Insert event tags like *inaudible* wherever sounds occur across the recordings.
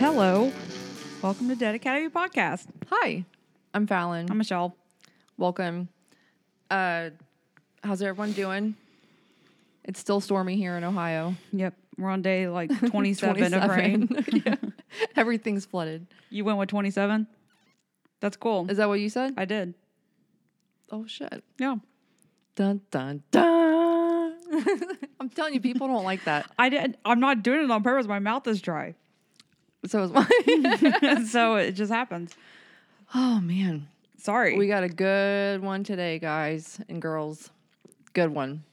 Hello. Welcome to Dead Academy Podcast. Hi, I'm Fallon. I'm Michelle. Welcome. Uh, how's everyone doing? It's still stormy here in Ohio. Yep. We're on *laughs* day like 27, of 27. rain. *laughs* Yeah. Everything's flooded. You went with 27? That's cool. Is that what you said? I did. Oh shit! Yeah. Dun dun dun. *laughs* I'm telling you, people don't like that. I did. I'm not doing it on purpose. My mouth *laughs* is dry. *laughs* So is *laughs* mine. so it just happens. oh man, Sorry. we got a good one today, guys and girls. Good one.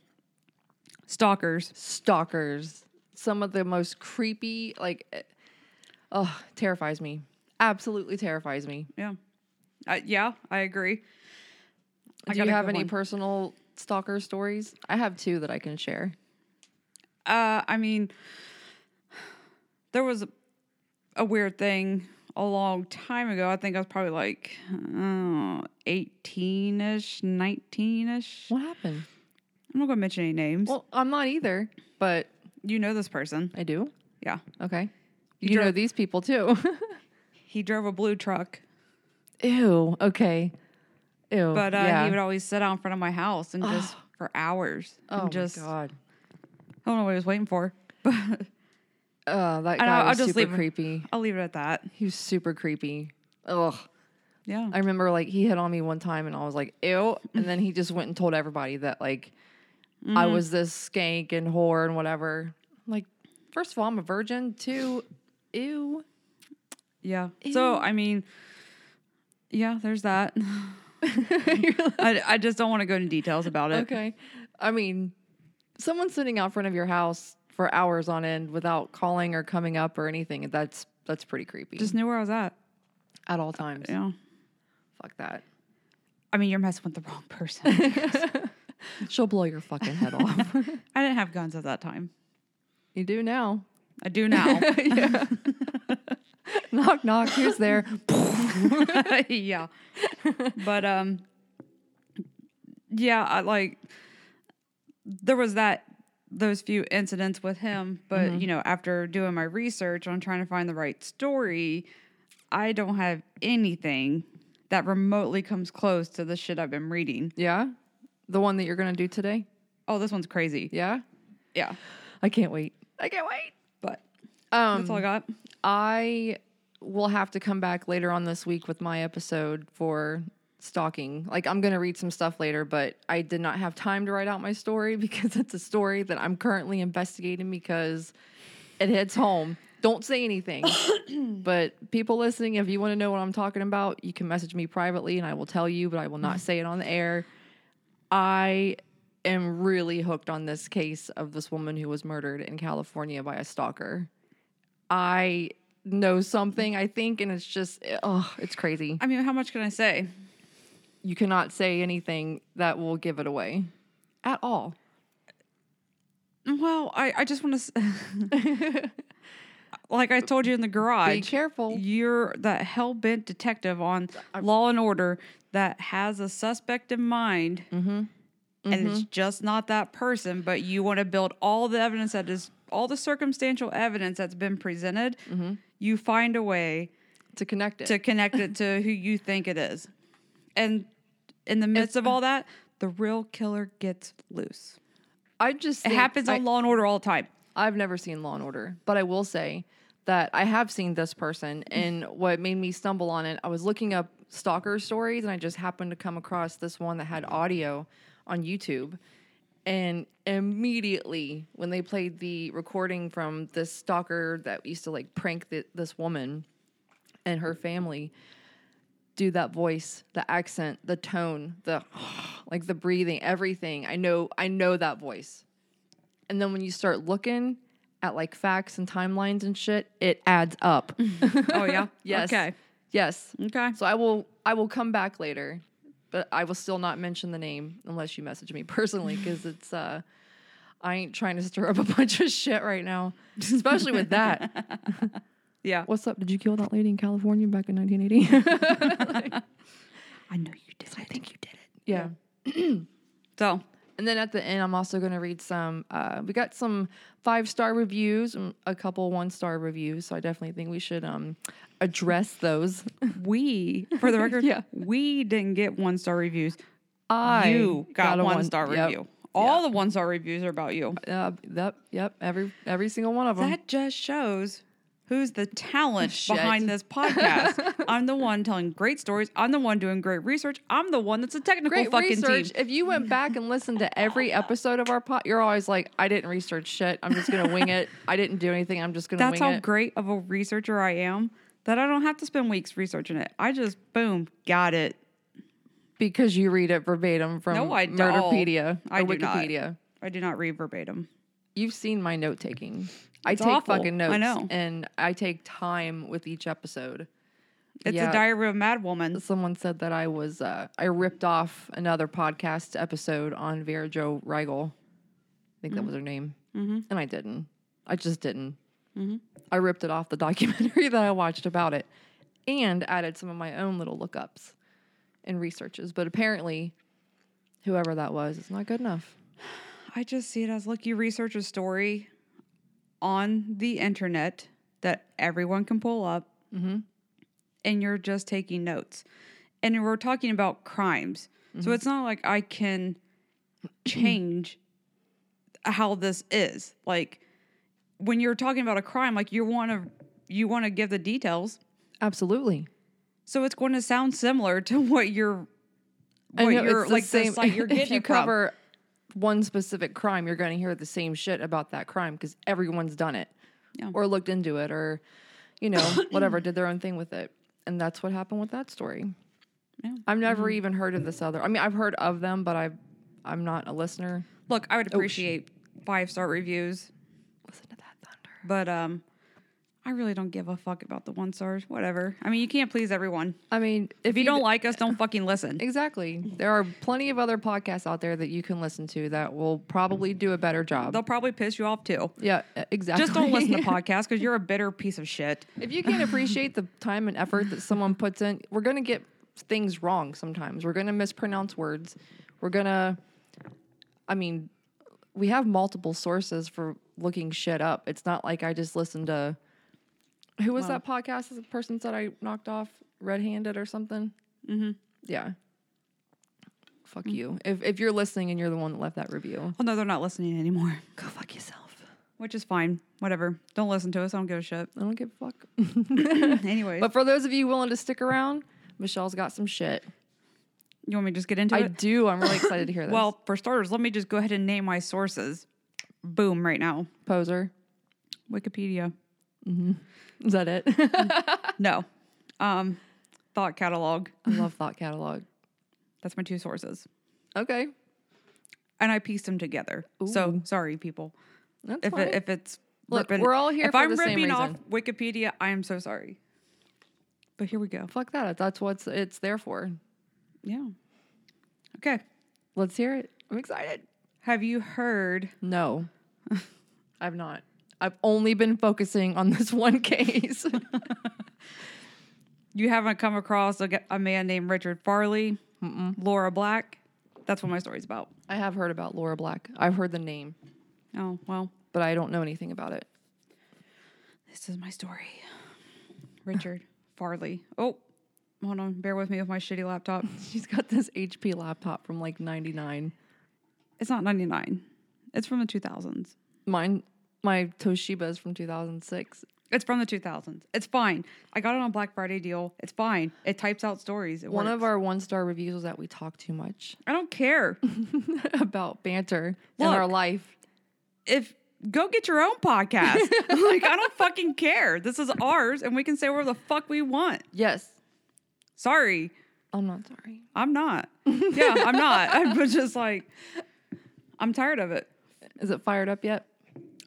Stalkers. stalkers. Some of the most creepy, like, eh, oh, terrifies me. Absolutely terrifies me. Yeah. I yeah, I agree. I Do got you a have good any one. personal stalker stories? I have two that I can share. uh, I mean, there was a, a weird thing a long time ago. I think I was probably like uh, eighteen ish, nineteen ish. What happened? I'm not gonna mention any names. Well, I'm not either, but you know this person, I do. yeah? Okay. You You, drove- know these people too. *laughs* He drove a blue truck, Ew. Okay. Ew. but uh, yeah. he would always sit out in front of my house and *gasps* just for hours. oh and my just, god. I don't know what he was waiting for, *laughs* but Oh, that I guy know, I'll was just super leave him. creepy. I'll leave it at that. He was super creepy. Ugh. Yeah, I remember like he hit on me one time and I was like, ew. And then he just went and told everybody that like I was this skank and whore and whatever. I'm like, first of all, I'm a virgin. Two, ew. *laughs* yeah. So I mean, yeah, there's that. *laughs* I, I just don't want to go into details about it. okay. I mean, someone sitting out front of your house for hours on end without calling or coming up or anything, that's that's pretty creepy. Just knew where I was at. at all times. Yeah. Fuck that. I mean, you're messing with the wrong *laughs* person. She'll blow your fucking head off. I didn't have guns at that time. *laughs* you do *laughs* now. I do *laughs* now. *laughs* Knock knock, who's *laughs* there? yeah. But um yeah, I like there was that those few incidents with him, but you know, after doing my research on trying to find the right story, I don't have anything that remotely comes close to the shit I've been reading. yeah. The one that you're gonna do today? Oh, this one's crazy. Yeah. Yeah. I can't wait. I can't wait. But Um, that's all I got. I will have to come back later on this week with my episode for stalking. Like, I'm going to read some stuff later, but I did not have time to write out my story *laughs* because it's a story that I'm currently investigating because it hits home. Don't say anything. but people listening, if you want to know what I'm talking about, you can message me privately and I will tell you, but I will not say it on the air. I am really hooked on this case of this woman who was murdered in California by a stalker. I know something, I think, and it's just, oh, it's crazy. I mean, how much can I say? You cannot say anything that will give it away at all. Well, I, I just want to, *laughs* like I told you in the garage, Be careful. You're that hell bent detective on law and order that has a suspect in mind, Mm-hmm. and it's just not that person. But you want to build all the evidence that is all the circumstantial evidence that's been presented. Mm-hmm. You find a way To connect it. to connect it to who you think it is, and in the midst of all that, the real killer gets loose. I just It think- happens I, on Law and Order all the time. I've never seen Law and Order, but I will say that I have seen this person. And what made me stumble on it, I was looking up stalker stories, and I just happened to come across this one that had audio on YouTube. And immediately, when they played the recording from this stalker that used to like prank th- this woman and her family, do that voice, the accent, the tone, the *sighs* like the breathing, everything. I know, I know that voice. And then when you start looking at like facts and timelines and shit, it adds *laughs* up. Oh yeah. yes. Okay. Yes. Okay. So I will I will come back later, but I will still not mention the name unless you message me *laughs* personally because it's uh I ain't trying to stir up a *laughs* bunch of shit right now, especially with that. Yeah. *laughs* What's up? Did you kill that lady in California back in *laughs* 1980? I know you did. I think you did it. yeah. So And then at the end, I'm also going to read some. Uh, we got some five star reviews, mm, a couple one star reviews. So I definitely think we should um, address those. we, *laughs* for the record, Yeah. we didn't get one star reviews. I you got, a one, star yep, review. All the one star reviews are about you. Uh, yep, yep. Every every single one of them. That just shows who's the talent Shit. behind *laughs* this podcast. I'm the one telling great stories. I'm the one doing great research. I'm the one that's a technical Great fucking research. team. If you went back and listened to every episode of our pot, you're always like, "I didn't research shit. I'm just gonna wing it. I didn't do anything. I'm just gonna That's wing how it." great of a researcher I am that I don't have to spend weeks researching it. I just boom, got it. because you read it verbatim from No, I don't. Murderpedia or I do not. Wikipedia. I do not read verbatim. You've seen my note taking. I It's take awful. fucking I notes. know. And I take time with each episode. It's Yeah. a diary of a mad woman. Someone said that I was uh, I ripped off another podcast episode on Vera Jo Rigel. I think that was her name. Mm-hmm. And I didn't. I just didn't. I ripped it off the *laughs* documentary that I watched about it, and added some of my own little lookups and researches. But apparently, whoever that was, is not good enough. I just see it as look, you research a story on the internet that everyone can pull up, Mm-hmm. and you're just taking notes. And we're talking about crimes. Mm-hmm. So it's not like *clears throat* I can change how this is. Like when you're talking about a crime, like you want to you want to give the details. Absolutely. So it's going to sound similar to *laughs* what you're I what know, you're it's the like the, same- site you're getting *laughs* if you it from. cover one specific crime, you're going to hear the same shit about that crime because everyone's done it, Yeah. or looked into it, or you *coughs* know whatever did their own thing with it, and that's what happened with that story. Yeah. Mm-hmm. I've never even heard of this other. I mean, I've heard of them, but I I'm not a listener. Look, I would appreciate five star reviews, Listen to that thunder. but um, I really don't give a fuck about the one stars. Whatever. I mean, you can't please everyone. I mean, if, If you don't like us, don't fucking listen. exactly, there are plenty of other podcasts out there that you can listen to that will probably do a better job. They'll probably piss you off too. yeah, e- exactly. Just *laughs* don't listen to podcasts because you're a bitter piece of shit. If you can't appreciate the time and effort that someone puts in, we're going to get things wrong sometimes. We're going to mispronounce words. We're going to, I mean, we have multiple sources for looking shit up. It's not like I just listened to, who was that podcast? that The person said I knocked off red handed or something? Mm-hmm. Mm. Yeah. Fuck you. If, if you're listening and you're the one that left that review, Oh no, they're not listening anymore, *laughs* go fuck yourself. which is fine. Whatever. Don't listen to us. I don't give a shit. I don't give a fuck. *laughs* Anyways, but for those of you willing to stick around, Michelle's got some shit. you want me to just get into I it? do. I'm really excited *laughs* to hear this. Well, for starters, let me just go ahead and name my sources. Boom, right now. poser. *laughs* Wikipedia. Is that *laughs* it? I No. Um, thought catalog. love thought catalog. That's my two sources. Okay. and I pieced them together. So sorry, people. That's If fine. it, if it's Look, we're all here If for I'm the same ripping off reason. Wikipedia, I am so sorry. But here we go. Fuck that. That's what it's there for. Yeah. Okay. Let's hear it. I'm excited. Have you heard? No. *laughs* I've not. I've only been focusing on this one *laughs* case. You haven't come across a, g- a man named Richard Farley, Laura Black. That's what my story's about. I have heard about Laura Black. I've heard the name, Oh well, but I don't know anything about it. this is *laughs* my story. Richard Farley. Oh, hold on. Bear with me with my shitty laptop. She's got this HP laptop from like 99. It's not 99. It's from the 2000s. Mine, my Toshiba is from 2006. It's from the 2000s. It's fine. I got it on Black Friday deal. It's fine. It types out stories. It One works. of our one star reviews was that we talk too much I *laughs* don't care. about banter in our Look. life. if go get your own podcast. *laughs* like I don't fucking care. This is ours and we can say whatever the fuck we want. Yes. Sorry. Oh, I'm not sorry. I'm not. Yeah, I'm not. *laughs* I was just like I'm tired of it. Is it fired up yet?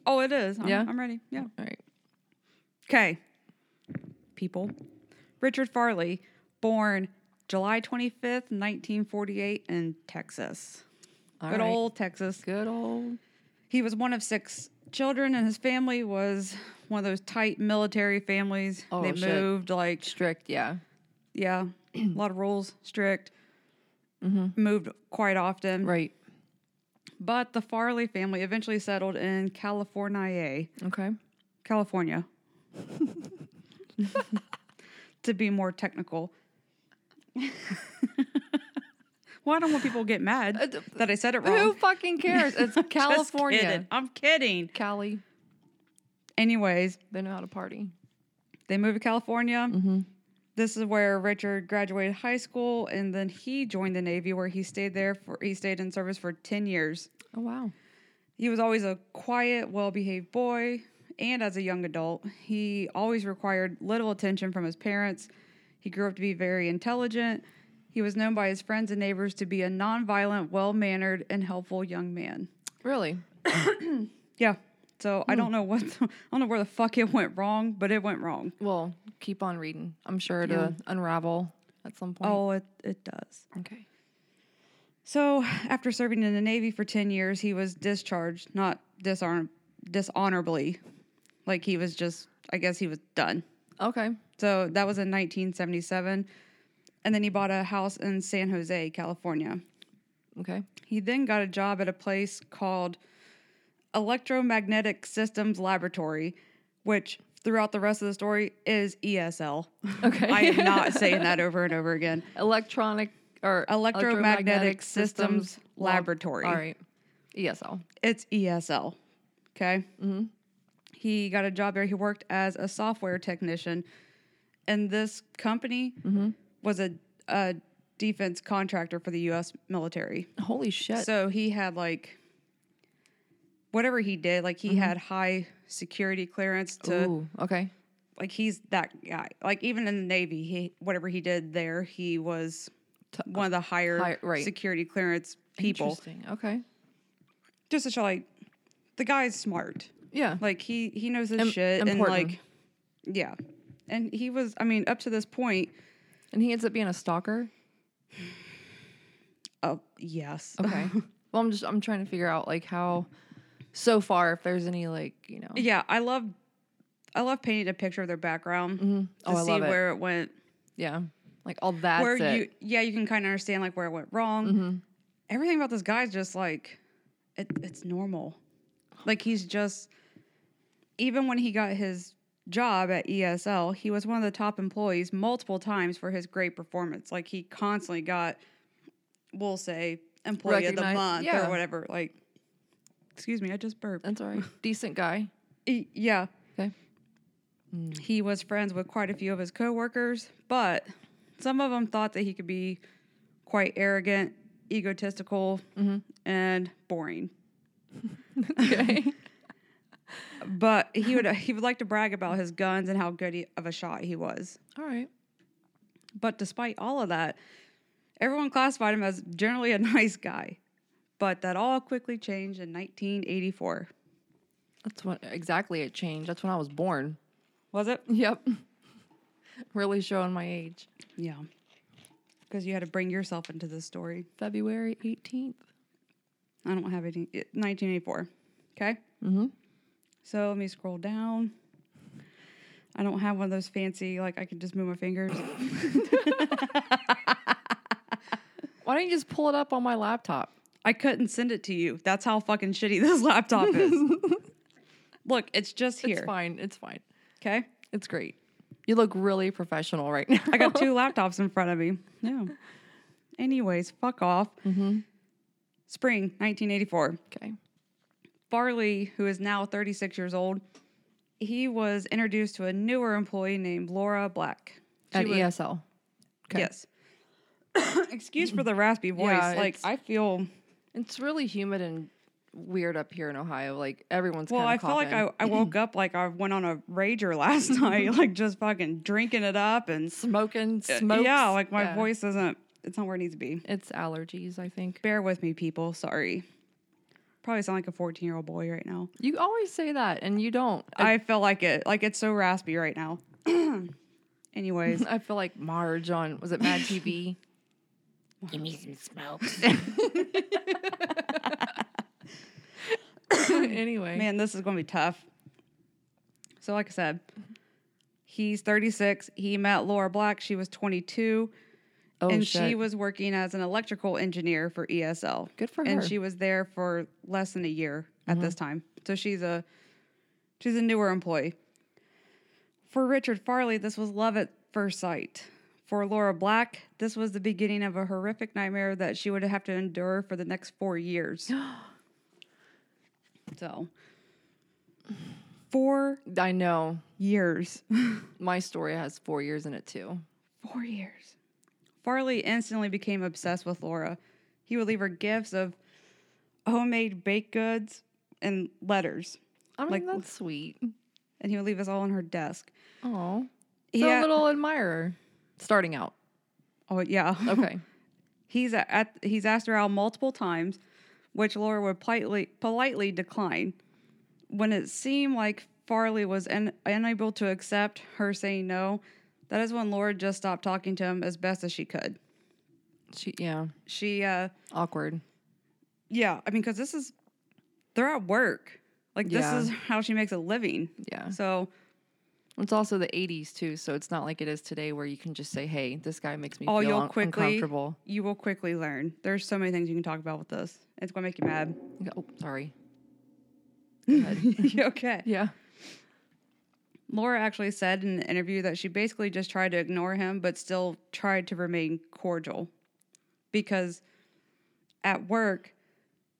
Oh, it is. I'm, Yeah? I'm ready. Yeah. All right. Okay. People. Richard Farley, born July 25th, 1948 in Texas. All Good right. old Texas. Good old. He was one of six children, and his family was one of those tight military families. Oh, they shit. moved like Strict, yeah. *clears throat* yeah, a lot of rules, strict. Moved quite often. Mm-hmm. Right. But the Farley family eventually settled in California, Okay. *laughs* California, *laughs* to be more technical. *laughs* well, I don't want people to get Uh, mad d- that I said it Who wrong. fucking cares? *laughs* *laughs* It's Just California. kidding. I'm kidding. Cali. Anyways, They know how to party. they moved to California. This is where Richard graduated high school, and then he joined the Navy, where he stayed there for he stayed in service for ten years. Oh wow. He was always a quiet, well behaved boy, and as a young adult, he always required little attention from his parents. He grew up to be very intelligent. He was known by his friends and neighbors to be a nonviolent, well mannered, and helpful young man. Really? Yeah. So I don't know what I don't know where the fuck it went wrong, but it went wrong. Well, keep on reading. I'm sure it'll unravel at some point. Oh, it, it does. Okay. So after serving in the Navy for ten years, he was discharged, not dishonor dishonorably. Like he was just I guess he was done. Okay. So that was in 1977. And then he bought a house in San Jose, California. Okay. He then got a job at a place called Electromagnetic Systems Laboratory, which throughout the rest of the story is ESL. Okay. I am not saying that over and over again. Electronic or Electromagnetic Systems Laboratory. All right. E ESL. It's ESL. Okay. Mm-hmm. He got a job there. He worked as a software technician, and this company Mm-hmm. was a, a defense contractor for the U.S. military. Holy shit. So he had like whatever he did, like he had high security clearance to Mm-hmm. Ooh. Okay. like he's that guy. Like even in the Navy, he whatever he did there, he was one of the higher High- right. security clearance people. Interesting. Okay. Just to show like the guy's smart. Yeah. Like he he knows his Im- shit important. and like yeah. And he was I mean up to this point and he ends up being a stalker. oh yes. Okay. well, I'm just I'm trying to figure out like how so far if there's any like you know. *laughs* yeah, I love I love painting a picture of their background to Oh, I see love it. where it went Yeah. Like all that's where it. Mm-hmm. you yeah you can kind of understand like where it went wrong everything about this guy's just like it, it's normal like he's just even when he got his job at esl he was one of the top employees multiple times for his great performance like he constantly got we'll say employee of the Recognize- month yeah. or whatever like excuse me i just burped That's all *laughs* right. Decent guy. E- yeah *laughs* Okay. he was friends with quite a few of his coworkers, but some of them thought that he could be quite arrogant, egotistical, and boring. Okay. But he would he would like to brag about his guns and how good he, of a shot he was. *laughs* all right. But despite all of that, everyone classified him as generally a *laughs* nice guy. But that all quickly changed in 1984. That's when exactly it changed. That's when I was born. Was it? Yep. *laughs* really showing my age. Yeah. Because you had to bring yourself into this story. February 18th. I don't have any. it- 1984. Okay. Mm-hmm. So let me scroll down. I don't have one of those fancy like I can just move my fingers. Why don't you just pull it up on my laptop? I couldn't send it to you. That's how fucking shitty *laughs* this laptop is. Look, it's just here. It's fine. It's fine. Okay. It's great. You look really professional right now. I got two laptops in front of me. No. Anyways, fuck off. Spring 1984. *laughs* okay. Farley, who is now 36 years old, he was introduced to a newer employee named Laura Black. She At was- ESL. Okay. Yes. *coughs* Excuse for the raspy voice. Yeah, like it's- I feel It's really humid and weird up here in Ohio. Like everyone's well, kind I of feel like I, I woke up like I went on a rager *laughs* last *laughs* night, like just fucking drinking it up and smoking smoke. yeah, like my voice isn't it's not where it needs to be. It's allergies, I think. Bear with me, people. Sorry. Probably sound like a 14 year old boy right now. You always say that and you don't. *laughs* I, I feel like it. Like it's so raspy right now. *coughs* *laughs* Anyways, I feel like Marge on was it Mad TV? Give me some smoke. *laughs* *coughs* anyway. Man, this is going to be tough. So, like I said, he's 36. He met Laura Black. She was 22. Oh, and shit. she was working as an electrical engineer for ESL. Good for and her. Uh-huh. she was there for less than a year at this time. So she's a she's a newer employee. For Richard Farley, this was love at first sight. For Laura Black, this was the beginning of a horrific nightmare that she would have to endure for the next *gasps* four years. so, four I know. years. My story has four years in it too. Four years. Farley instantly became obsessed with Laura. He would leave her gifts of homemade baked goods and letters, I mean, Like- that's sweet. and he would leave us all on her desk. Oh, Yeah. a little admirer. Starting out. Oh yeah. Okay. He's a- at he's asked her out multiple times, which Laura would politely politely decline. When it seemed like Farley was un, unable to accept her saying no, that is when Laura just stopped talking to him as best as she could. she, yeah. She uh Awkward. Yeah, I mean, because this is they're at work. Like this Yeah. is *laughs* how she makes a living. Yeah. So It's also the 80s too, so it's not like it is today where you can just say, "Hey, this guy makes me Oh, feel you'll un- quickly- uncomfortable." you will quickly learn. There's so many things you can talk about with this. It's gonna make you *laughs* mad. *laughs* You go, Oh, sorry. You okay. Yeah. Laura actually said in an interview that she basically just tried to ignore him, but still tried to remain cordial. Because at work,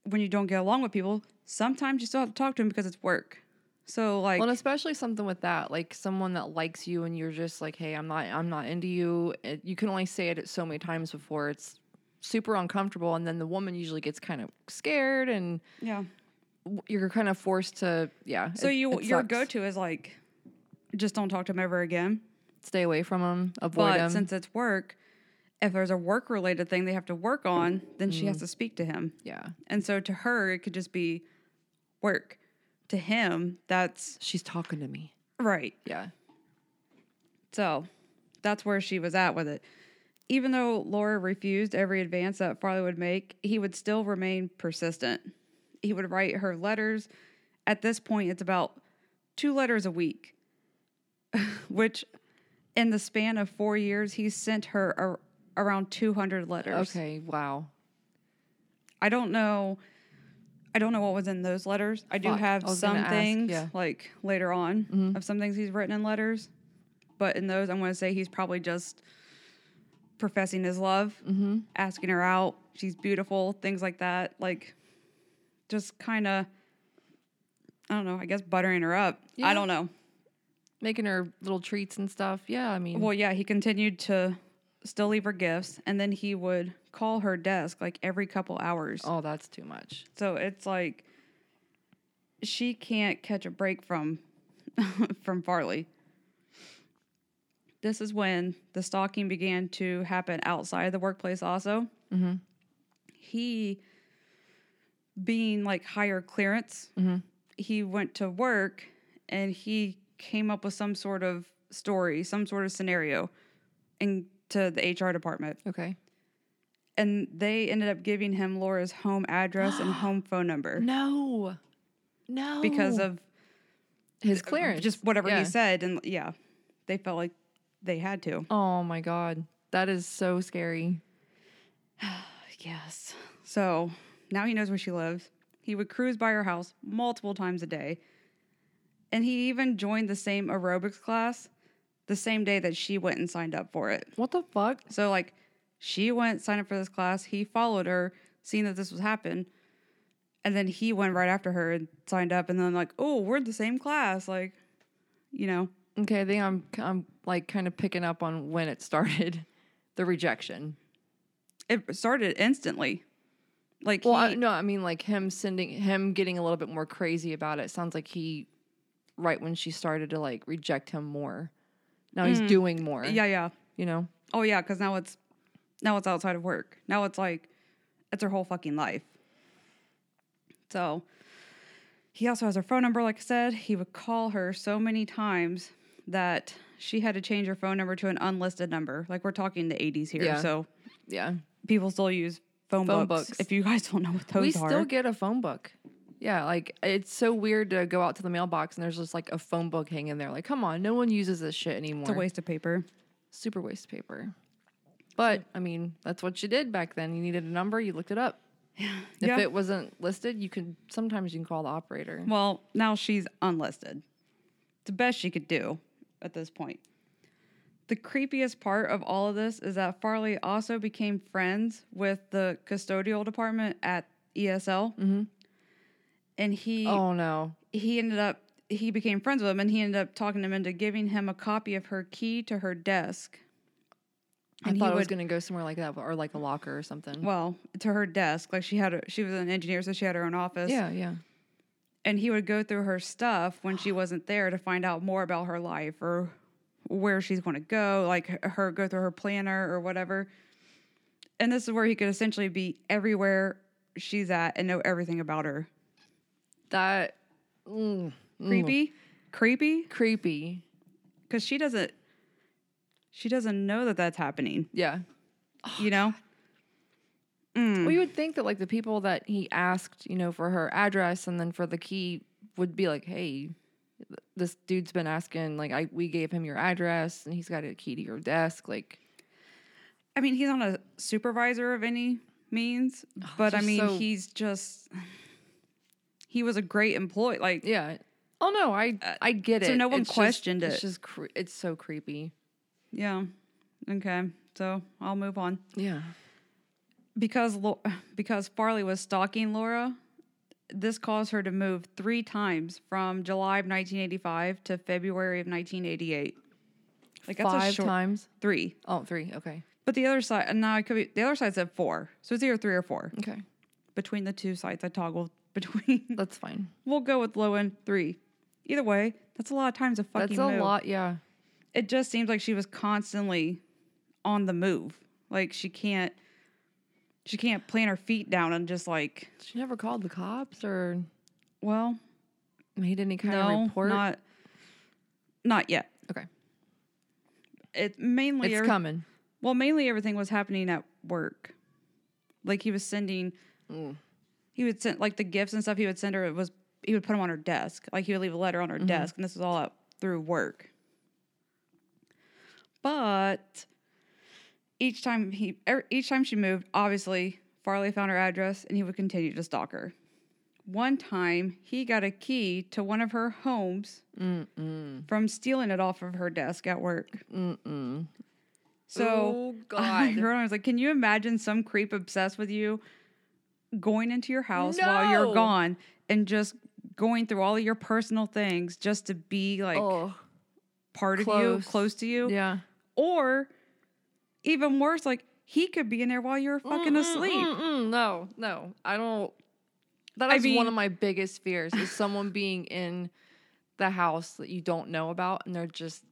when you don't get along with people, sometimes you still have to talk to them because it's work. So like Well, and especially something with that, like someone that likes you, and you're just like, "Hey, I'm not, I'm not into you." It, you can only say it so many times before it's super uncomfortable, and then the woman usually gets kind of scared, and yeah. w- you're kind of forced to, yeah. So it- you it your sucks. go to is like just don't talk to him ever again. stay away from them, avoid But them. since it's work, if there's a work related thing they have to work on, then she has to speak to him. yeah, And so to her, it could just be work. To him, that's she's talking to me. right. Yeah, So that's where she was at with it. Even though Laura refused every advance that Farley would make, he would still remain persistent. He would write her letters. At this point, it's about two letters a week, *laughs* which in the span of four years, he sent her ar- around 200 letters. okay, wow. I don't know. I don't know what was in those letters. I do Fuck, I have was some gonna ask, things, yeah. Mm-hmm. like later on, of some things he's written in letters. But in those, I'm going to say he's probably just professing his love, Mm-hmm. asking her out. She's beautiful, things like that. Like, just kind of, I don't know, I guess buttering her up. Yeah. I don't know. Making her little treats and stuff. Yeah, I mean, Well, yeah, he continued to still leave her gifts, and then he would call her desk like every couple hours. oh, that's too much. So it's like she can't catch a break from *laughs* from Farley. This is when the stalking began to happen outside the workplace also. He being like higher clearance, he went to work and he came up with some sort of story, some sort of scenario and to the HR department Okay. and they ended up giving him Laura's home address and home phone number No, no, because of his clearance. Uh, just whatever Oh, Yeah. he said. And yeah, they felt like they had to. Oh my god, that is so scary. Yes. So now he knows where she lives. He would cruise by her house multiple times a day. And he even joined the same aerobics class the same day that she went and signed up for it. What the fuck? So like she went signed up for this class, he followed her, seeing that this was happen, and then he went right after her and signed up and then like, "Oh, we're in the same class." Like, you know. Okay, I think I'm I'm like kind of picking up on when it started, *laughs* the rejection. It started instantly. Like Well, I, he- no, I mean like him sending him getting a little bit more crazy about it. Sounds like he, right when she started to like reject him more, now he's doing more. Mm. yeah, yeah. you know. Oh yeah, cuz now it's now it's outside of work. Now it's like it's her whole fucking life. So he also has her phone number like I said. He would call her so many times that she had to change her phone number to an unlisted number. Like we're talking the 80s here, Yeah. so Yeah, people still use phone, Phone books, books. If you guys don't know what those we are, still get a phone book. Yeah, like it's so weird to go out to the mailbox and there's just like a phone book hanging there. Like, come on, no one uses this shit anymore. it's a waste of paper. Super waste of paper. But I mean, that's what you did back then. You needed a number, you looked it up. If Yeah. it wasn't listed, you could sometimes you can call the operator. Well, now she's unlisted. It's the best she could do at this point. The creepiest part of all of this is that Farley also became friends with the custodial department at ESL. And he Mm-hmm. oh no. he ended up he became friends with him and he ended up talking him into giving him a copy of her key to her desk. I And he thought it was would- going to go somewhere like that or like a locker or something. Well, to her desk. Like she had a, she was an engineer, so she had her own office. yeah, yeah. and he would go through her stuff when she wasn't there to find out more about her life or where she's going to go, like h- her go through her planner or whatever. And this is where he could essentially be everywhere she's at and know everything about her. That mm, mm, Creepy, creepy, creepy. because she doesn't, she doesn't know that that's happening. Yeah. You know, Mm. Hmm. Well, you would think that like the people that he asked, you know, for her address and then for the key would be like, "Hey, th- this dude's been asking like I we gave him your address and he's got a key to your desk." Like I mean, he's not a supervisor of any means, but I just mean, so- he's just. He was a great employee. Like, Yeah. Oh no, I I get it. Uh, so no one It's just- questioned it. It's just cre- it's so creepy. Yeah. Okay. So I'll move on Yeah. because Lo- because Farley was stalking Laura. This caused her to move three times from July of 1985 to February of 1988. Like that's a Five short times. three. Oh, three. Okay. But the other side, and now I could be the other side said four, so it's either three or four Okay. between the two sites. I toggle between. *laughs* That's fine. we'll go with low end three. Either way, that's a lot of times to That's fucking a move. lot. Yeah. it just seems like she was constantly on the move. Like she can't she can't plant her feet down and just like, She never called the cops or well, made any kind no, of report. not not yet. okay. It mainly It's ev- coming. well, mainly everything was happening at work. Like he was sending he would send like the gifts and stuff he would send her it was he would put them on her desk. Like he would leave a letter on her desk and this was all up through work. But each time he er, each time she moved, obviously Farley found her address and he would continue to stalk her. One time, he got a key to one of her homes from stealing it off of her desk at work. Mm-mm. *laughs* So, Oh, God. *laughs* I was like, "Can you imagine some creep obsessed with you going into your house while you're No. gone and just going through all of your personal things just to be like oh. part of close. you, close to you?" Yeah. Or even worse, like he could be in there while you're fucking asleep. Mm-mm, no, no, I don't. That I is one mean- of my biggest fears: is someone being in the house that you don't know about, and they're just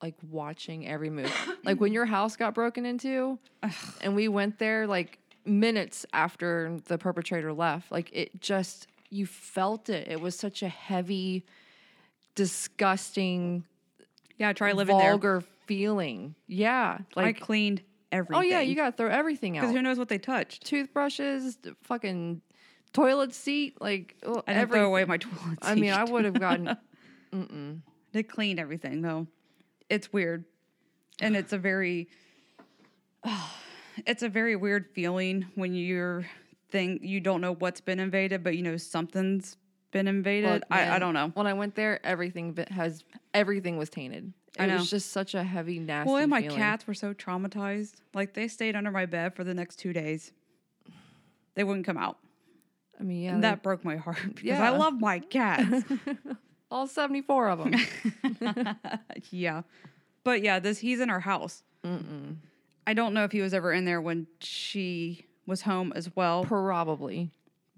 like watching every move. like *coughs* when your house got broken into, and we went there like minutes after the perpetrator left. Like it just, you felt it. It was such a heavy, disgusting, Yeah, try living there. vulgar feeling. Yeah, I like. cleaned everything. Oh yeah, you gotta throw everything out because who knows what they touched? toothbrushes, th- fucking toilet seat, like oh, I didn't throw away everything. my *laughs* toilet. I mean, I seat. would have *laughs* gotten. They cleaned everything though. It's weird, and it's a very, *sighs* it's a very weird feeling when you're thing you don't know what's been invaded, but you know something's been invaded. Look, I, I man, don't know. When I went there, everything bit- has everything was tainted. It I know. was just such a heavy, nasty. Well, and my feeling. cats were so traumatized. Like they stayed under my bed for the next two days. They wouldn't come out. I mean, yeah, And they- that broke my heart *laughs* because Yeah. I love *laughs* my cats. all seventy-four *laughs* of them. yeah. But yeah, this he's in her house. I don't know if he was ever in there when she was home as well, Probably.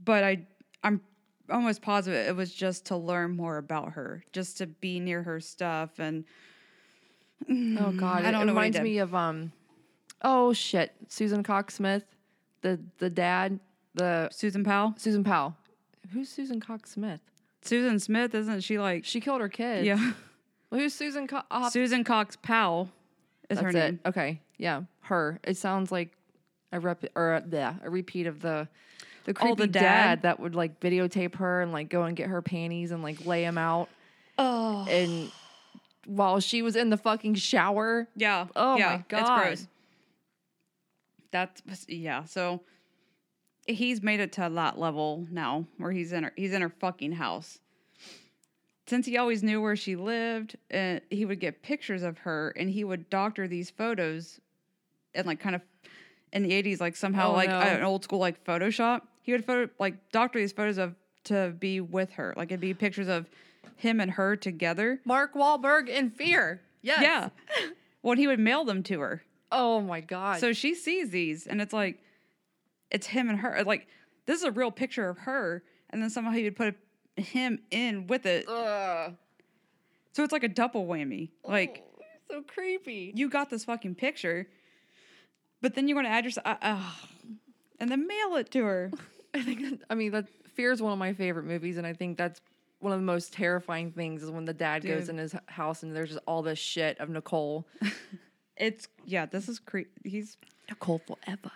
but I I'm almost positive it was just to learn more about her, just to be near her stuff and Oh God, Mm, I it, don't it know what he reminds did. me of um, oh shit, Susan Cox Smith, the the dad, the Susan Powell. Susan Powell. Who's Susan Cox Smith? Susan Smith isn't she like *laughs* She killed her kids. yeah. Well, who's Susan oh, Cox? Susan Cox Powell is her That's name. it. Okay. Yeah. Her. It sounds like a rep or a, yeah, a repeat of the the creepy Oh, the dad? dad? that would like videotape her and like go and get her panties and like lay them out. Oh. And while she was in the fucking shower. Yeah. Oh yeah, my god. It's gross. that's yeah. So he's made it to that level now, where he's in her he's in her fucking house. Since he always knew where she lived, uh, he would get pictures of her, and he would doctor these photos, and like kind of in the eighties, like somehow Oh, like no. an old school like Photoshop. He would photo like doctor these photos of to be with her, like it'd be pictures of him and her together. Mark Wahlberg in Fear. Yes. Yeah, *laughs* when he would mail them to her. Oh my God. So she sees these, and it's like, it's him and her. Like, this is a real picture of her, and then somehow he would put him in with it. Ugh. So it's like a double whammy. Like, Oh, so creepy. you got this fucking picture, but then you're going to add yourself, uh, and then mail it to *laughs* her. I think that, I mean that Fear is one of my favorite movies, and I think that's one of the most terrifying things is when the dad goes Dude. in his h- house and there's just all this shit of Nicole. It's yeah. This is cre- he's Nicole forever.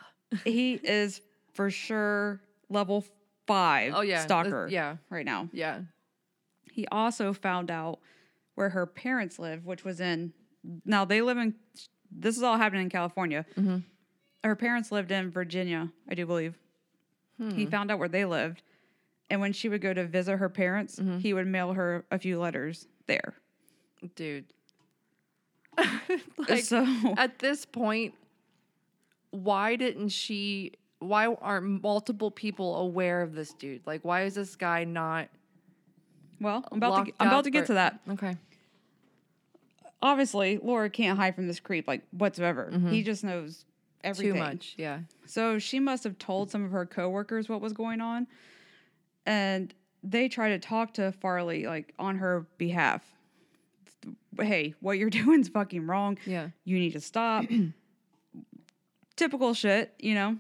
he is for sure level five. Oh, yeah. That's- stalker. yeah. right now. Yeah. he also found out where her parents live, which was in. Now they live in. This is all happening in California. Mm-hmm. Her parents lived in Virginia, I do believe. Hmm. He found out where they lived, and when she would go to visit her parents, Mm-hmm. he would mail her a few letters there. Dude. *laughs* like *laughs* so at this point, why didn't she why aren't multiple people aware of this dude? Like why is this guy not well, I'm about to locked I'm up about to get or- to that. Okay. Obviously, Laura can't hide from this creep like whatsoever. He just knows everything. Mm-hmm. Too much. Yeah. So she must have told some of her coworkers what was going on, and they try to talk to Farley like on her behalf. Hey, what you're *laughs* doing's fucking wrong. Yeah. You need to stop. Typical shit, you know.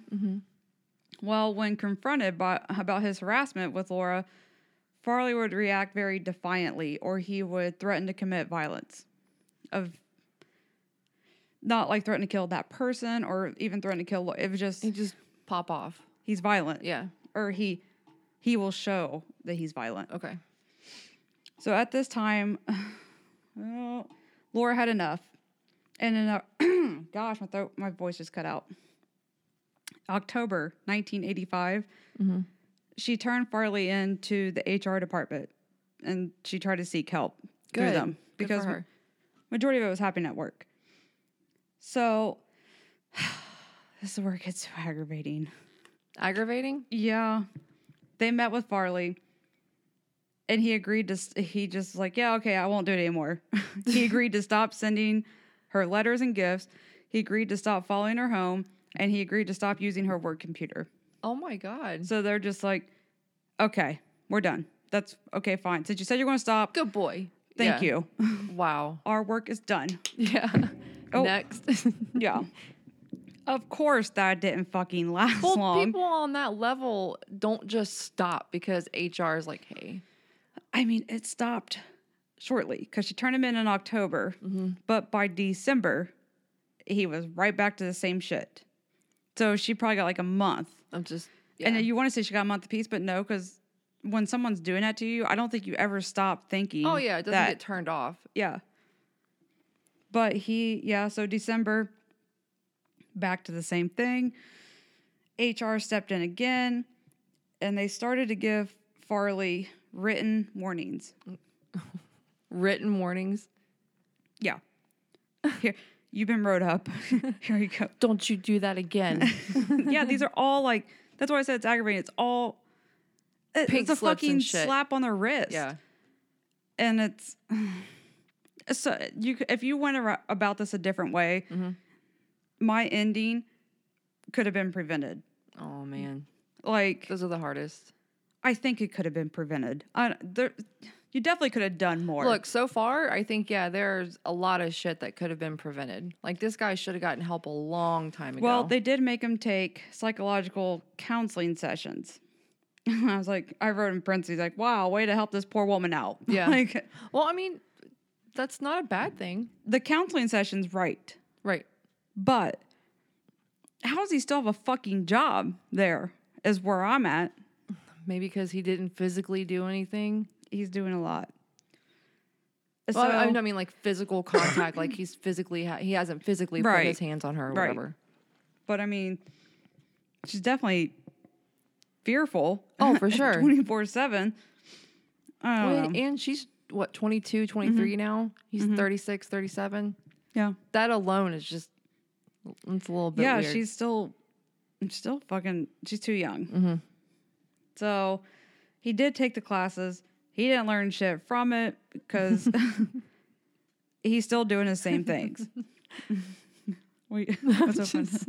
Well, when confronted by about his harassment with Laura, Farley would react very defiantly, or he would threaten to commit violence. Of not like threaten to kill that person, or even threaten to kill. It was just He just pop off. he's violent Yeah. or he he will show that he's violent Okay. so at this time *sighs* well, laura had enough and in a, *clears throat* gosh my throat my voice just cut out october 1985 Mm-hmm. she turned farley into the hr department and she tried to seek help through Good. them Good because for her. majority of it was happening at work so *sighs* this is where it gets so aggravating aggravating? Yeah. They met with Farley and he agreed to, st- he just was like, yeah, okay, I won't do it anymore. *laughs* he agreed to stop sending her letters and gifts. He agreed to stop following her home and he agreed to stop using her work computer. Oh my god. So they're just like, okay, we're done. That's okay, fine. Since you said you're going to stop, Good boy. thank Yeah. you. Wow. *laughs* Our work is done. Yeah. Oh. Next. *laughs* Yeah. of course, that didn't fucking last well, long. people on that level don't just stop because HR is like, hey, I mean, it stopped shortly because she turned him in in October, Mm-hmm. but by December, he was right back to the same shit. So she probably got like a month. I'm just And yeah. you want to say she got a month apiece, but no, because when someone's doing that to you, I don't think you ever stop thinking. Oh yeah, it doesn't that- get turned off. yeah. But he, yeah, so December, back to the same thing. HR stepped in again and they started to give Farley written warnings. Written warnings. Yeah. Here, you've been wrote up. *laughs* Here you *laughs* go. Don't you do that again. Yeah, these are all like, that's why I said it's aggravating. It's all, it- Pink it's a slips and fucking shit. slap on the *laughs* wrist. yeah. And it's, *sighs* so you, c- if you went ar- about this a different way, Mm-hmm. my ending could have been prevented. Oh man. Like, Those are the hardest. I think it could have been prevented. I, there, you definitely could have done more. Look, so far, I think yeah, there's a lot of shit that could have been prevented. Like this guy should have gotten help a long time ago. Well, they did make him take psychological counseling sessions. *laughs* I was like, I wrote in parentheses, like, wow, way to help this poor woman out. *laughs* Yeah. like, well, I mean, that's not a bad thing, the counseling session's right. right? But how does he still have a fucking job there, is where I'm at. Maybe because he didn't physically do anything. He's doing a lot. So, Well, I, I mean, like physical contact, like he's physically ha- he hasn't physically put Right. his hands on her or Right. whatever. But I mean, she's definitely fearful. Oh, *laughs* for sure. 24 7. Well, Um, and she's what 22 23 Mm-hmm. now he's thirty six, thirty seven. 36 37 Yeah. that alone is just it's a little bit yeah, weird. *laughs* she's still still fucking she's too young. Mm-hmm. So he did take the classes. He didn't learn shit from it *laughs* because he's still doing the same things. *laughs* Wait, what's *laughs* so funny? Just-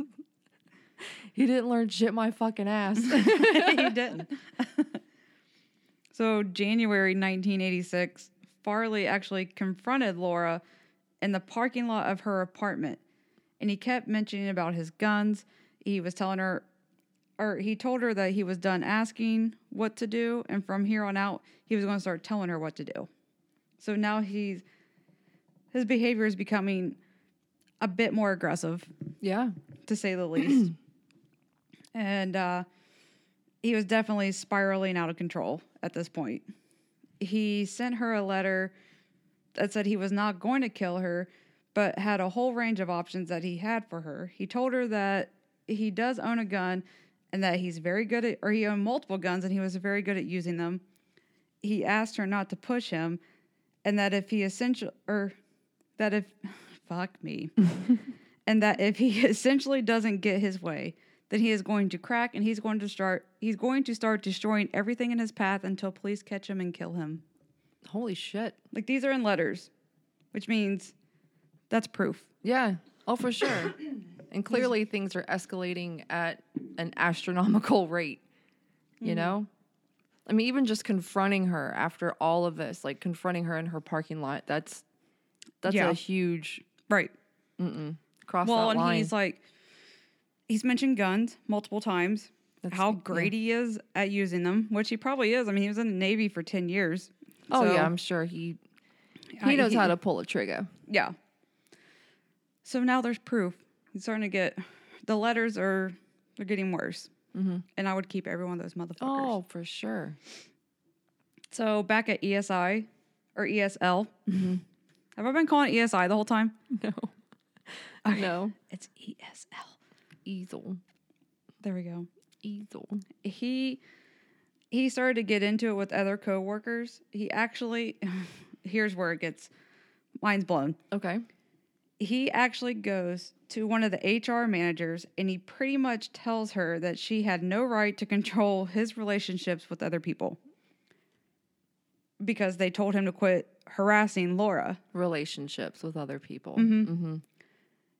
he didn't learn shit my fucking *laughs* ass he didn't. *laughs* so, January 1986, Farley actually confronted Laura in the parking lot of her apartment. And he kept mentioning about his guns. He was telling her, or he told her that he was done asking what to do. And from here on out, he was going to start telling her what to do. So now he's, his behavior is becoming a bit more aggressive yeah to say the least. *clears throat* and uh, he was definitely spiraling out of control at this point. He sent her a letter that said he was not going to kill her, but had a whole range of options that he had for her. He told her that he does own a gun and that he's very good at, or he owned multiple guns and he was very good at using them. He asked her not to push him and that if he essential, or that if, *laughs* fuck me and that if he *laughs* essentially doesn't get his way, then he is going to crack and he's going to start he's going to start destroying everything in his path until police catch him and kill him. holy shit Like these are in letters, which means that's proof. yeah oh for sure and clearly things are escalating at an astronomical rate you Mm-hmm. know i mean even just confronting her after all of this like confronting her in her parking lot that's that's Yeah. a huge Right. cross well, that and line he's like he's mentioned guns multiple times. That's- how yeah. great he is at using them, which he probably is. I mean, he was in the Navy for 10 years. oh so- yeah i'm sure he I- he knows he- how to pull a trigger Yeah. So now there's proof. It's starting to get the letters are they're getting worse. And I would keep every one of those motherfuckers. Oh, for sure. *laughs* So back at ESI or ESL. Have I been calling it ESI the whole time? No. No. It's ESL. Easel. There we go. Easel. He he started to get into it with other coworkers. He actually *laughs* here's where it gets mind's blown. Okay. he actually goes to one of the HR managers and he pretty much tells her that she had no right to control his relationships with other people because they told him to quit harassing Laura. Relationships with other people. Mm-hmm. Mm-hmm.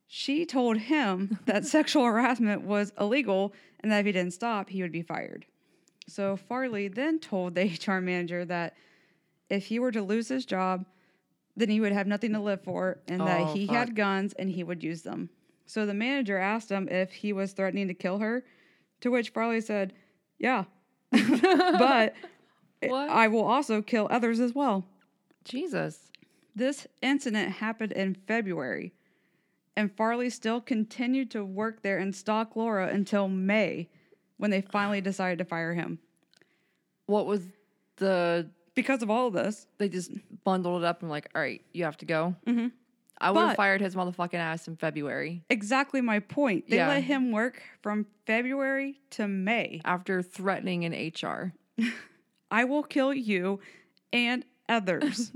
She told him *laughs* that sexual harassment was illegal and that if he didn't stop, he would be fired. So Farley then told the *laughs* HR manager that if he were to lose his job, then he would have nothing to live for and Oh, that he had fuck. guns and he would use them. So the manager asked him if he was threatening to kill her, to which Farley said, Yeah, *laughs* but What? I will also kill others as well. Jesus. This incident happened in February, and Farley still continued to work there and stalk Laura until May when they finally decided to fire him. What was the. Because of all of this, They just bundled it up and, like, all right, you have to go. Mm-hmm. I would But- have fired his motherfucking ass in February exactly my point. They Yeah. let him work from February to May. after threatening an HR. I will kill you and *laughs* others.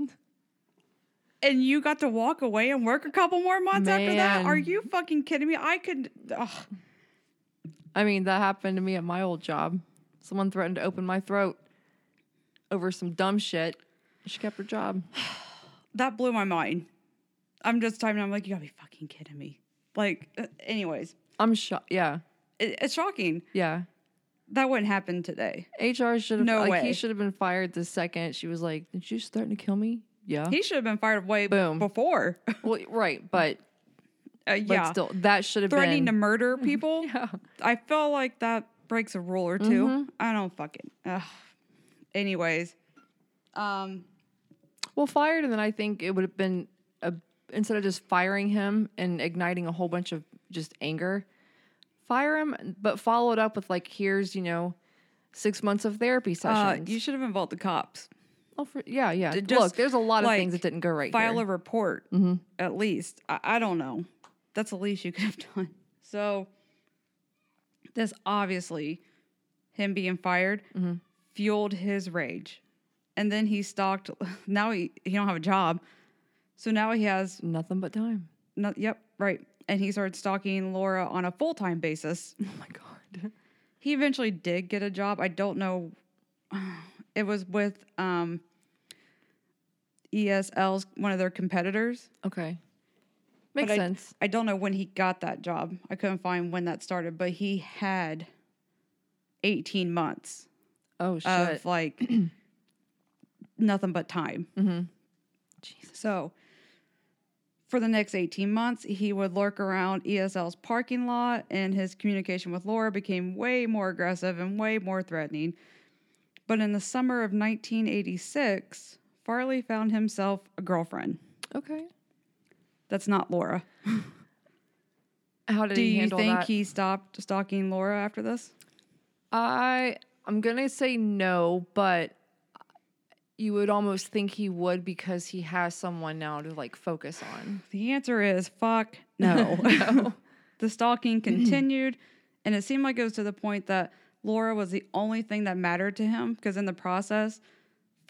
and you got to walk away and work a couple more months after that? Man. Are you fucking kidding me? I could. Ugh. I mean, that happened to me at my old job. Someone threatened to open my throat over some dumb shit. She kept her job. that blew my mind. I'm just typing. I'm like, you gotta be fucking kidding me. Like, uh, anyways, I'm shocked. Yeah. it, it's shocking. Yeah. That wouldn't happen today. HR should have No like way. he should have been fired the second she was like, "Did you start to kill me?" Yeah. He should have been fired way Boom. before. *laughs* Uh, well, right, but but yeah, still, that should have threatening been *laughs* to murder people. I feel like that breaks a rule or 2 Mm-hmm. I don't fucking. Ugh. Anyways, um, well fired, and then I think it would have been a, instead of just firing him and igniting a whole bunch of just anger, fire him, but follow it up with like, "Here's you know." Six months of therapy uh, sessions. you should have involved the cops. oh, for, yeah, yeah. Just, Look, there's a lot of things like, that didn't go right. file here. a *laughs* report at least I, I don't know that's the least you could have done so this obviously him being fired fueled his rage and then he stalked *laughs* now he he don't have a job so now he has Nothing but time. no, yep right and he started stalking laura on a full-time basis *laughs* Oh my god. *laughs* he eventually did get a job i don't know *sighs* it was with um esl's one of their competitors Okay. Makes but I- sense. I don't know when he got that job. I couldn't find when that started, but he had 18 months oh of shit. like *clears throat* nothing but time. Mhm. So for the next 18 months, he would lurk around ESL's parking lot, and his communication with Laura became way more aggressive and way more threatening. But in the summer of 1986, Farley found himself a girlfriend. okay. That's not Laura. How did Do he you handle think that? he stopped stalking Laura after this? I I'm gonna say no, but you would almost think he would because he has someone now to like focus on. The answer is fuck no. *laughs* the stalking continued, and it seemed like it was to the point that Laura was the only thing that mattered to him because in the process,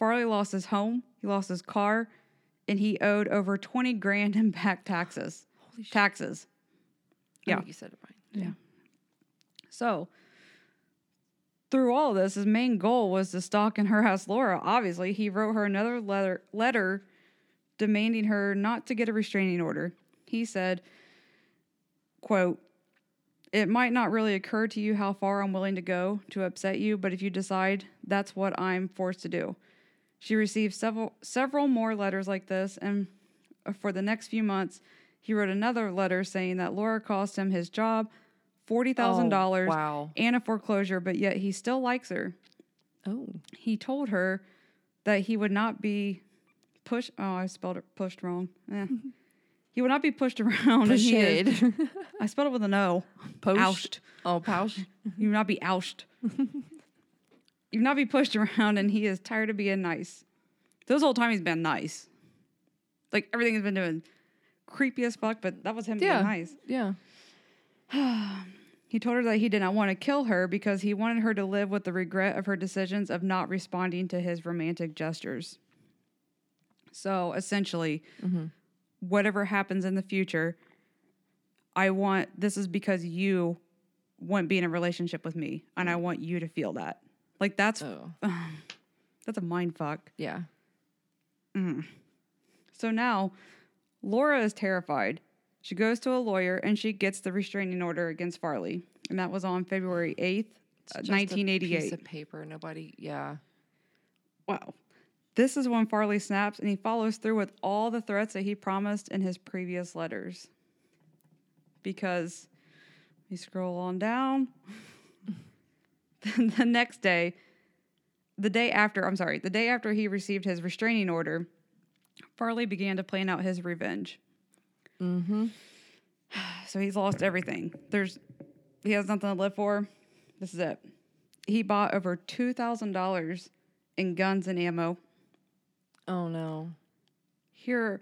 Farley lost his home, he lost his car, and he owed over 20 grand in back taxes. Holy shit. Taxes. I Yeah. think you said it right. So, through all this, his main goal was to stalk and harass Laura. Obviously, he wrote her another letter, letter demanding her not to get a restraining order. He said, quote, it might not really occur to you how far I'm willing to go to upset you, but if you decide that's what I'm forced to do. She received several several more letters like this, and for the next few months, he wrote another letter saying that Laura cost him his job, forty thousand Oh, dollars, Wow. and a foreclosure, but yet he still likes her. Oh. He told her that he would not be pushed. Oh, I spelled it pushed wrong. Eh. he would not be pushed around. *laughs* and he is- Shade. *laughs* I spelled it with an O. Post. Oust. Oh, pouch. You would not be ousted. you would not be pushed around, and he is tired of being nice. This whole time he's been nice. Like everything has been doing creepy as fuck, but that was him Yeah. being nice. Yeah. He told her that he did not want to kill her because he wanted her to live with the regret of her decisions of not responding to his romantic gestures. So essentially, Mm-hmm. whatever happens in the future, I want this is because you wouldn't be in a relationship with me, and I want you to feel that. Like that's Oh. that's a mind fuck. Yeah. So now Laura is terrified. She goes to a lawyer and she gets the restraining order against Farley, and that was on February eighth, Just a nineteen eighty Piece eight. of paper. Nobody. Yeah. Wow. This is when Farley snaps and he follows through with all the threats that he promised in his previous letters. Because we scroll on down. *laughs* the next day, the day after, I'm sorry, the day after he received his restraining order, Farley began to plan out his revenge. Mm-hmm. *sighs* So he's lost everything. There's he has nothing to live for. This is it. He bought over $2,000 in guns and ammo. Oh no. here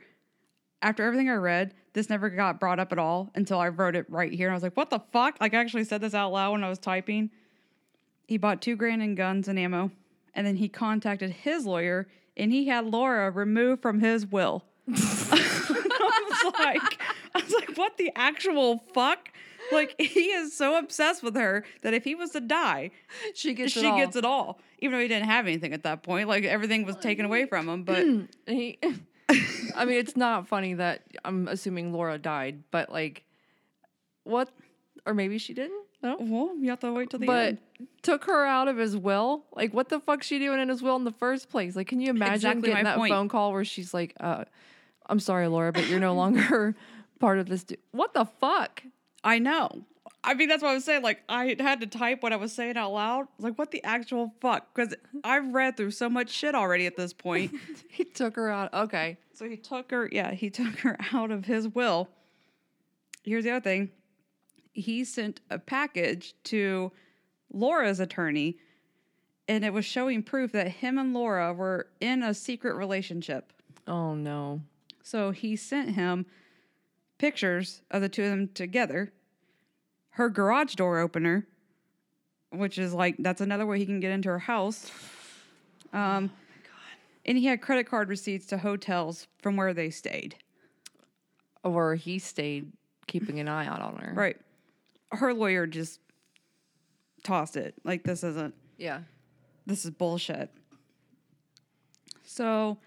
after everything I read, this never got brought up at all until I wrote it right here. And I was like, what the fuck? Like I actually said this out loud when I was typing. He bought two grand in guns and ammo, and then he contacted his lawyer and he had Laura removed from his will. *laughs* I was like, I was like, what the actual fuck? Like he is so obsessed with her that if he was to die, She gets. she gets it all. Even though he didn't have anything at that point. Like everything was taken away from him. But He, *laughs* I mean, it's not funny that I'm assuming Laura died, but like, what? Or maybe she didn't. No. Oh, well, you have to wait till the But end. took her out of his will. Like, what the fuck's she doing in his will in the first place? Like, can you imagine Exactly getting my that point. phone call where she's like, uh, "I'm sorry, Laura, but you're no *laughs* longer part of this." Du-. What the fuck? *laughs* I know. I mean, that's what I was saying. Like, I had to type what I was saying out loud. Like, what the actual fuck? Because I've read through so much shit already at this point. He took her out. Okay. so he took her, yeah, he took her *laughs* out of his will. Here's the other thing he sent a package to Laura's attorney, and it was showing proof that him and Laura were in a secret relationship. Oh no. So he sent him pictures of the two of them together, her garage door opener, which is like that's another way he can get into her house. Um, and he had credit card receipts to hotels from where they stayed. Or he stayed keeping an eye out on her. Right. Her lawyer just tossed it. Like this isn't Yeah. this is bullshit. So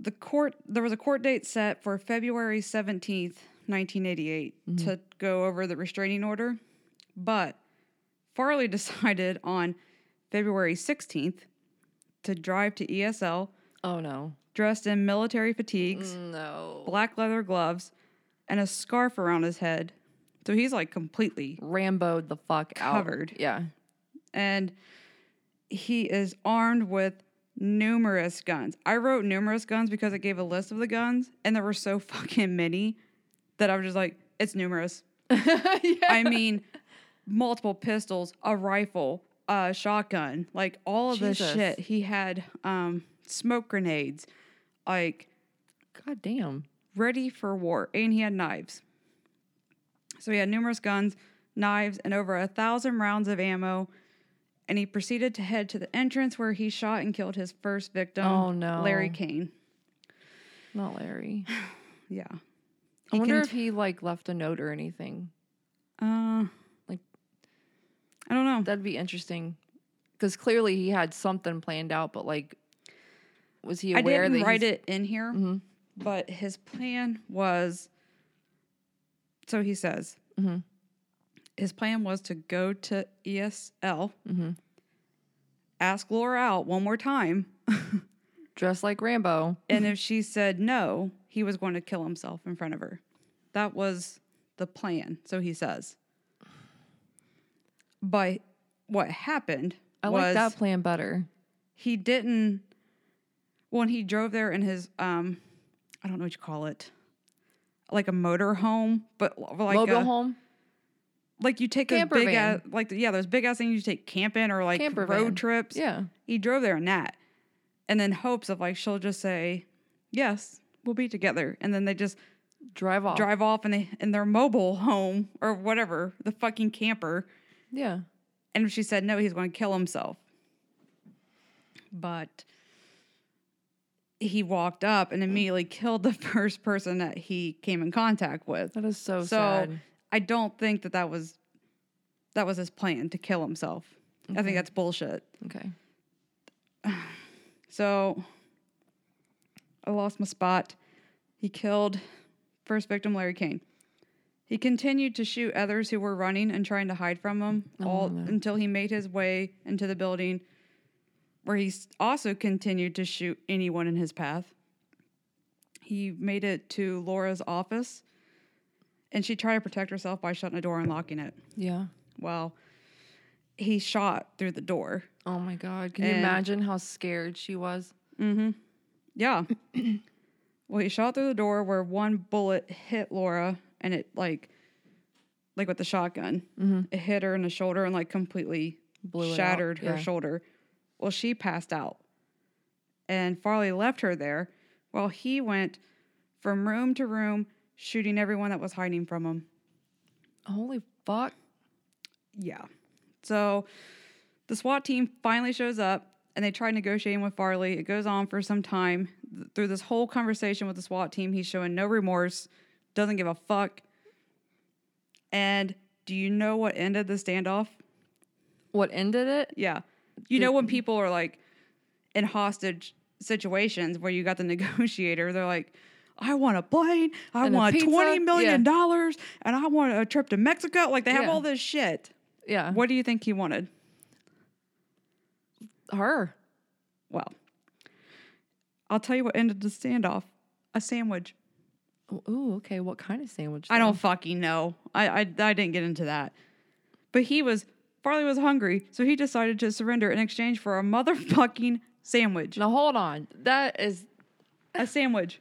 the court there was a court date set for February 17th, 1988 to go over the restraining order, but Farley *laughs* decided on February 16th to drive to ESL Oh no. dressed in military fatigues, No. black leather gloves, and a scarf around his head. So he's like completely Ramboed the fuck out. Covered. Yeah. and he is armed with numerous guns. I wrote numerous guns because it gave a list of the guns, and there were so *laughs* fucking many that I was just like, it's numerous. *laughs* yeah. I mean, multiple pistols, a rifle, a shotgun, like all of this Jesus. shit. He had um, smoke grenades, like God damn. ready for war, and he had knives. So he had numerous guns, knives, and over a thousand rounds of ammo. And he proceeded to head to the entrance where he shot and killed his first victim, Oh, no. Larry Kane. Not Larry. Yeah. I He wonder cont- if he like left a note or anything. uh, like- I don't know. That'd be interesting. Because clearly he had something planned out, but like, was he I aware didn't that write he's- it in here, Mhm. but his plan was. So he says Mhm. his plan was to go to ESL, Mhm. ask Laura out one more time, *laughs* dressed like Rambo? and if she said no, he was going to kill himself in front of her. That was the plan, so he says. But what happened I was like that plan better. he didn't when he drove there in his um I don't know what you call it. Like a motor home, but l- like Mobile a, home. like you take those Camper big van. ass, like yeah, those big ass things you take camping or like Camper road van. trips. Yeah. He drove there in that. And then hopes of like she'll just say, Yes, we'll be together. And then they just Drive off. drive off in they in their mobile home or whatever, the fucking camper. Yeah. And she said no, he's going to kill himself. But he walked up and immediately killed the *laughs* first person that he came in contact with. That is so, So sad. I don't think that that was that was his plan to kill himself. I think that's bullshit. Okay. So I lost my spot. He killed first victim Larry Kane. He continued to shoot others who were running and trying to hide from him all until he made his way into the building where he s- also continued to shoot anyone in his path. He made it to Laura's office and she tried to protect herself by shutting the door and locking it. Yeah. Well, he shot through the door. Oh my God. Can you And- imagine how scared she was? *clears throat* Yeah. well, he shot through the door where one bullet hit Laura and it like like with the shotgun. It hit her in the shoulder and like completely Mm-hmm. Blew it out, shattered her yeah. shoulder. Well, she passed out. And Farley left her there while he went from room to room shooting everyone that was hiding from him. Holy fuck. Yeah. So the SWAT team finally shows up and they try negotiating with Farley. It goes on for some time. Th- Through this whole conversation with the SWAT team, he's showing no remorse, doesn't give a fuck. And do you know what ended the standoff? What ended it? Yeah. You know when people are like in hostage situations where you got the *laughs* negotiator, they're like, I want a plane, I And a want pizza." twenty million Yeah. dollars, and I want a trip to Mexico. Like they have Yeah. all this shit. Yeah. What do you think he wanted? Her. Well, I'll tell you what ended the standoff a sandwich. Oh, Ooh. Okay. What kind of sandwich? I though? don't fucking know. I, I, I didn't get into that. But he was, Farley was hungry, so he decided to surrender in exchange for a motherfucking sandwich. Now hold on. That is, A sandwich.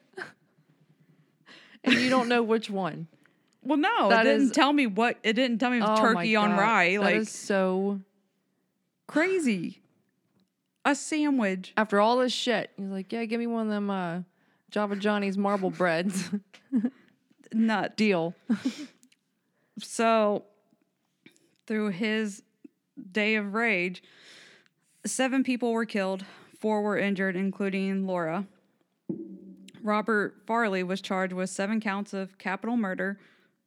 and you don't know which one. Well, no, That it didn't is- tell me what, it didn't tell me it was Oh my *laughs* turkey on God. rye. That like, is so. crazy. A sandwich. After all this shit, he's like, "Yeah, give me one of them uh, Java Johnny's marble breads." *laughs* Nut. Deal. So, through his day of rage, seven people were killed, four were injured, including Laura. Robert Farley was charged with seven counts of capital murder,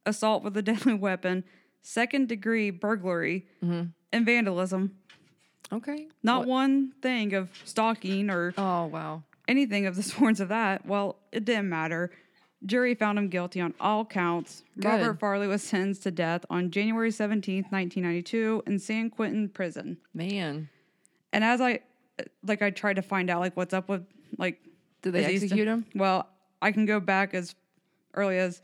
assault with a *laughs* deadly weapon, second degree burglary, and vandalism. Okay. Not What- one thing of stalking or Oh wow. anything of the *laughs* sorts of that. Well, it didn't matter. Jury found him guilty on all counts. Good. Robert Farley was sentenced to death on January 17th, 1992 in San Quentin prison. Man. And as I like I tried to find out like what's up with like Did they is he still- execute him? Well, I can go back as early as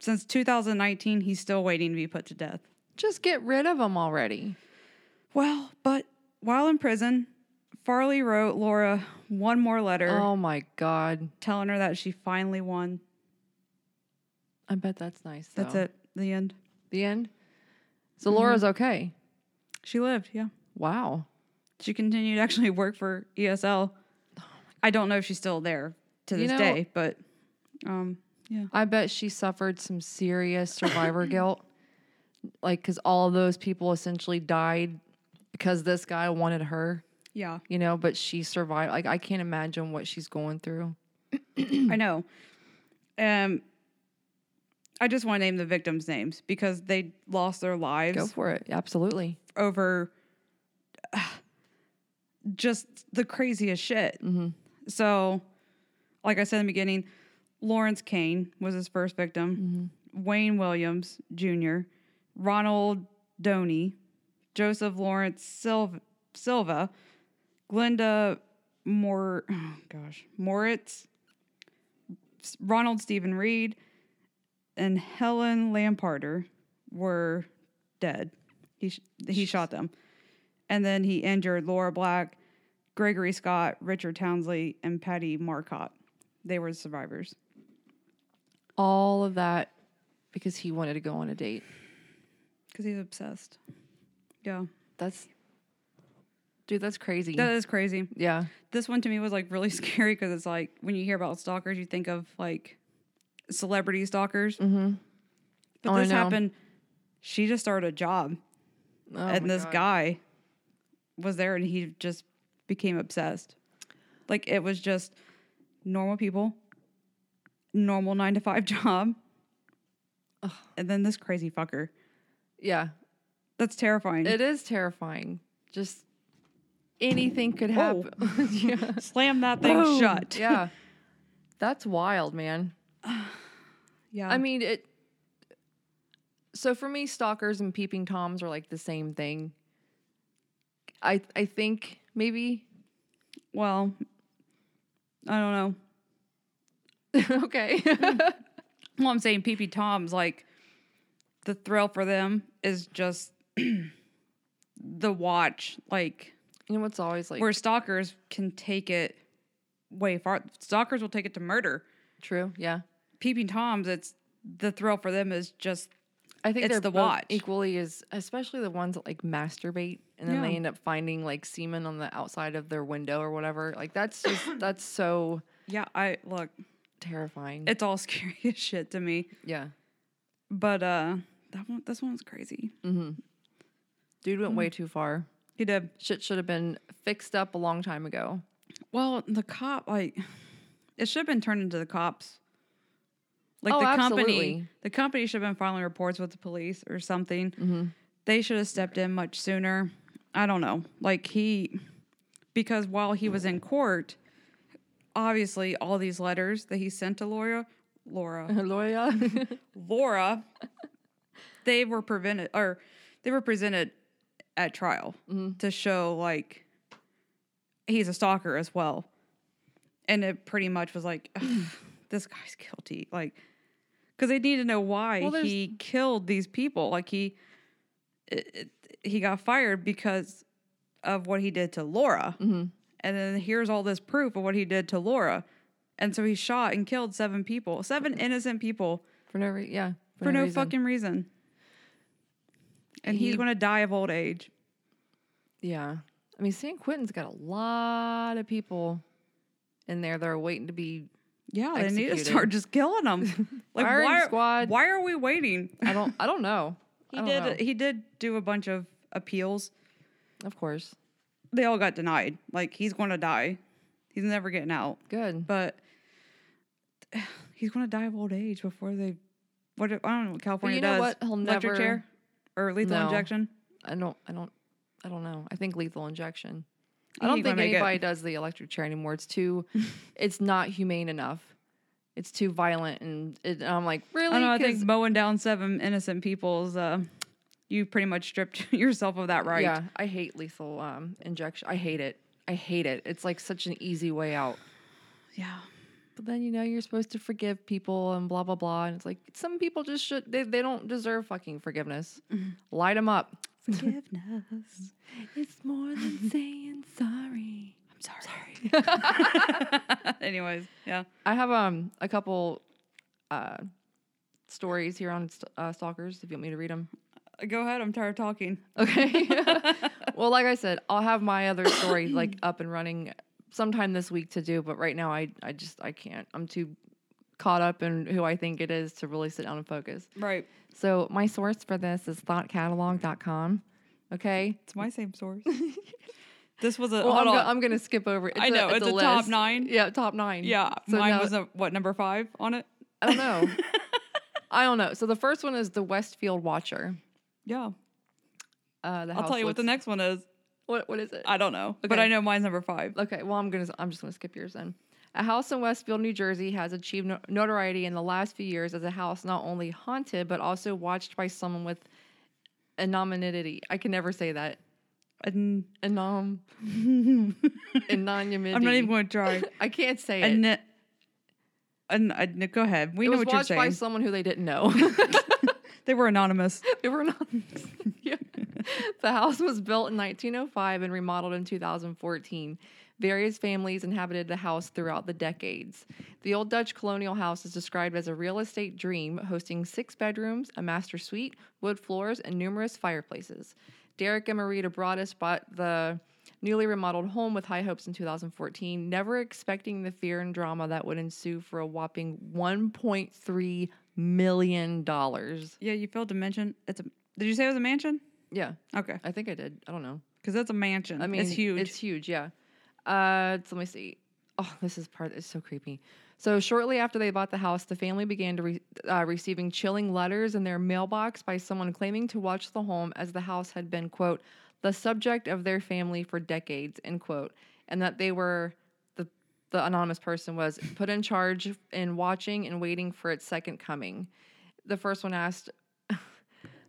since 2019 he's still waiting to be put to death. Just get rid of him already. Well, but while in prison, Farley wrote Laura one more letter Oh my god. telling her that she finally won. I bet that's Mm-hmm. nice. Though. That's it. The end. The end. So Laura's okay. She lived, yeah. Wow. She continued to actually work for ESL. I don't know if she's still there to You this know- day, but um, yeah. I bet she suffered some serious *coughs* survivor guilt. Like, because all of those people essentially died because this guy wanted her, Yeah, you know, but she survived. Like, I can't imagine what she's going through. *clears throat* I know. Um, I just want to name the victims' names because they lost their lives Go for it. Absolutely. over uh, just the craziest shit. So, like I said in the beginning, Lawrence Kane was his first victim, Wayne Williams Jr., Ronald Doney, Joseph Lawrence Silva, Silva Glenda Mor, *sighs* oh gosh, Moritz, S- Ronald Stephen Reed, and Helen Lamparter were dead. He sh- he shot them, and then he injured Laura Black, Gregory Scott, Richard Townsley, and Patty Marcotte. They were survivors. All of that because he wanted to go on a date. Because he's obsessed. Mm. Yeah. That's, dude, that's crazy. That is crazy. yeah. This one to me was like really *laughs* scary because it's like when you hear about stalkers, you think of like celebrity stalkers. Mm-hmm. But Oh, I this know. happened. She just started a job, Oh my and this God. guy was there, and he just became obsessed. Like it was just normal people, normal nine to five *laughs* job, and then this crazy fucker. Yeah. That's terrifying. It is terrifying. Just anything could Whoa. happen. *laughs* yeah. *laughs* Slam that *laughs* thing Boom. shut. *laughs* Yeah. That's wild, man. yeah. I mean, it. So for me, stalkers and peeping toms are like the same thing. I I think maybe *laughs* Well, I don't know. *laughs* okay. Well, I'm saying Pee Pee Tom's like the thrill for them is just *clears throat* the watch. Like you know what's always like where stalkers can take it way far. Stalkers will take it to murder. true? Yeah. Pee Pee Tom's, it's the thrill for them is just I think It's they're the both watch. equally as especially the ones that like masturbate and then they Yeah. end up finding like semen on the outside of their window or whatever. Like that's just *coughs* that's so yeah. I look, terrifying. it's all *laughs* scary as shit to me. yeah. But uh, that one, this one's crazy. Dude went Mm. way too far. He did. Shit should have been fixed up a long time *laughs* ago. Well, the cop, like, it should have been turned into the cops. Like Oh, the company, absolutely. the company should have been filing reports with the police or something. Mm-hmm. They should have stepped in much sooner. I don't know. Like he, because while he was in court, obviously all these letters that he sent to Laura, Laura, *laughs* Loya. Laura, *laughs* they were prevented or they were presented at trial Mm-hmm. to show like he's a stalker as well. And it pretty much was like Mm. "Ugh, this guy's guilty. Like cuz they need to know why Well, there's- he killed these people. Like he it, it- he got fired because of what he did to Laura. Mm-hmm. And then here's all this proof of what he did to Laura. And so he shot and killed seven people, seven innocent people *laughs* For no reason. Yeah. for no reason. fucking reason. And He- he's going to die of old age. Yeah. I mean, San Quentin's got a lot of people in there that are waiting to be. Yeah, they need to Executed. start just *laughs* killing them. Like Firing why? squad. *laughs* Why are we waiting? I don't. I don't know. *laughs* He I don't did. know. He did do a bunch of appeals, Of course. they all got denied. Like he's going to die. He's never getting out. Good. But *sighs* he's going to die of old age before they. What if- I don't know what California know does. what? He'll Electric never- chair or lethal No. injection. I don't. I don't. I don't know. I think lethal injection. I I don't think you think wanna make it- anybody does the electric chair anymore. It's too. it's not humane enough. It's too violent, and, it, and I'm like, really? I don't know. I think 'Cause- mowing down seven innocent people is. Uh, you pretty much stripped *laughs* yourself of that right. Yeah, I hate lethal um, injection. I hate it. I hate it. It's like such an easy way out. *laughs* Yeah. But then you know you're supposed to forgive people and blah blah blah, and it's like some people just should. They they don't deserve fucking forgiveness. Light them up. Forgiveness. It's more than saying sorry. I'm sorry. *laughs* Anyways, yeah. I have um a couple uh stories here on st- uh, stalkers. If you want me to read them, Go ahead. I'm tired of talking. *laughs* okay. *laughs* well, like I said, I'll have my other story like up and running sometime this week to do. But right now, I I just I can't. I'm too caught up in who I think it is to really sit down and focus. Right. So my source for this is thoughtcatalog.com. Okay. It's my *laughs* same source. this was a. Well, hold I'm, go- on. I'm gonna skip over. it. I know, it's a top nine. Yeah, top nine. yeah. So mine now- was a, what number five on it. I don't *laughs* know. I don't know. So the first one is the Westfield Watcher. Yeah. Uh, the I'll tell house you what the looks- next one is. What what is it? I don't know, but Okay. I know mine's number five. okay, well I'm gonna I'm just gonna skip yours then. A house in Westfield, New Jersey, has achieved no- notoriety in the last few years as a house not only haunted but also watched by someone with anonymity. I can never say that. And *laughs* Anom. anonymity. I'm not even going *laughs* to try. I can't say it. and and, and go ahead. We it know was what you're watched by saying. someone who they didn't *laughs* know. They were anonymous. *laughs* *laughs* They were not. Yeah. The house was built in 1905 and remodeled in 2014. Various families inhabited the house throughout the decades. The old Dutch colonial house is described as a real estate dream, hosting six bedrooms, a master suite, wood floors, and numerous fireplaces. Derek and Marita Broadus bought the newly remodeled home with high hopes in 2014, never expecting the fear and drama that would ensue for a whopping $1.3 million. Yeah, you failed to mention it's a. Did you say it was a mansion? Yeah. Okay, I think I did. I don't know. because that's a mansion. I mean, it's huge. It's huge. Yeah. Uh, so let me see. Oh, this is part. It's so creepy. So shortly after they bought the house, the family began to re- uh, receiving chilling letters in their mailbox by someone claiming to watch the home as the house had been quote the subject of their family for decades end quote, and that they were the the anonymous person was put in charge in watching and waiting for its second coming. The first one asked, *laughs*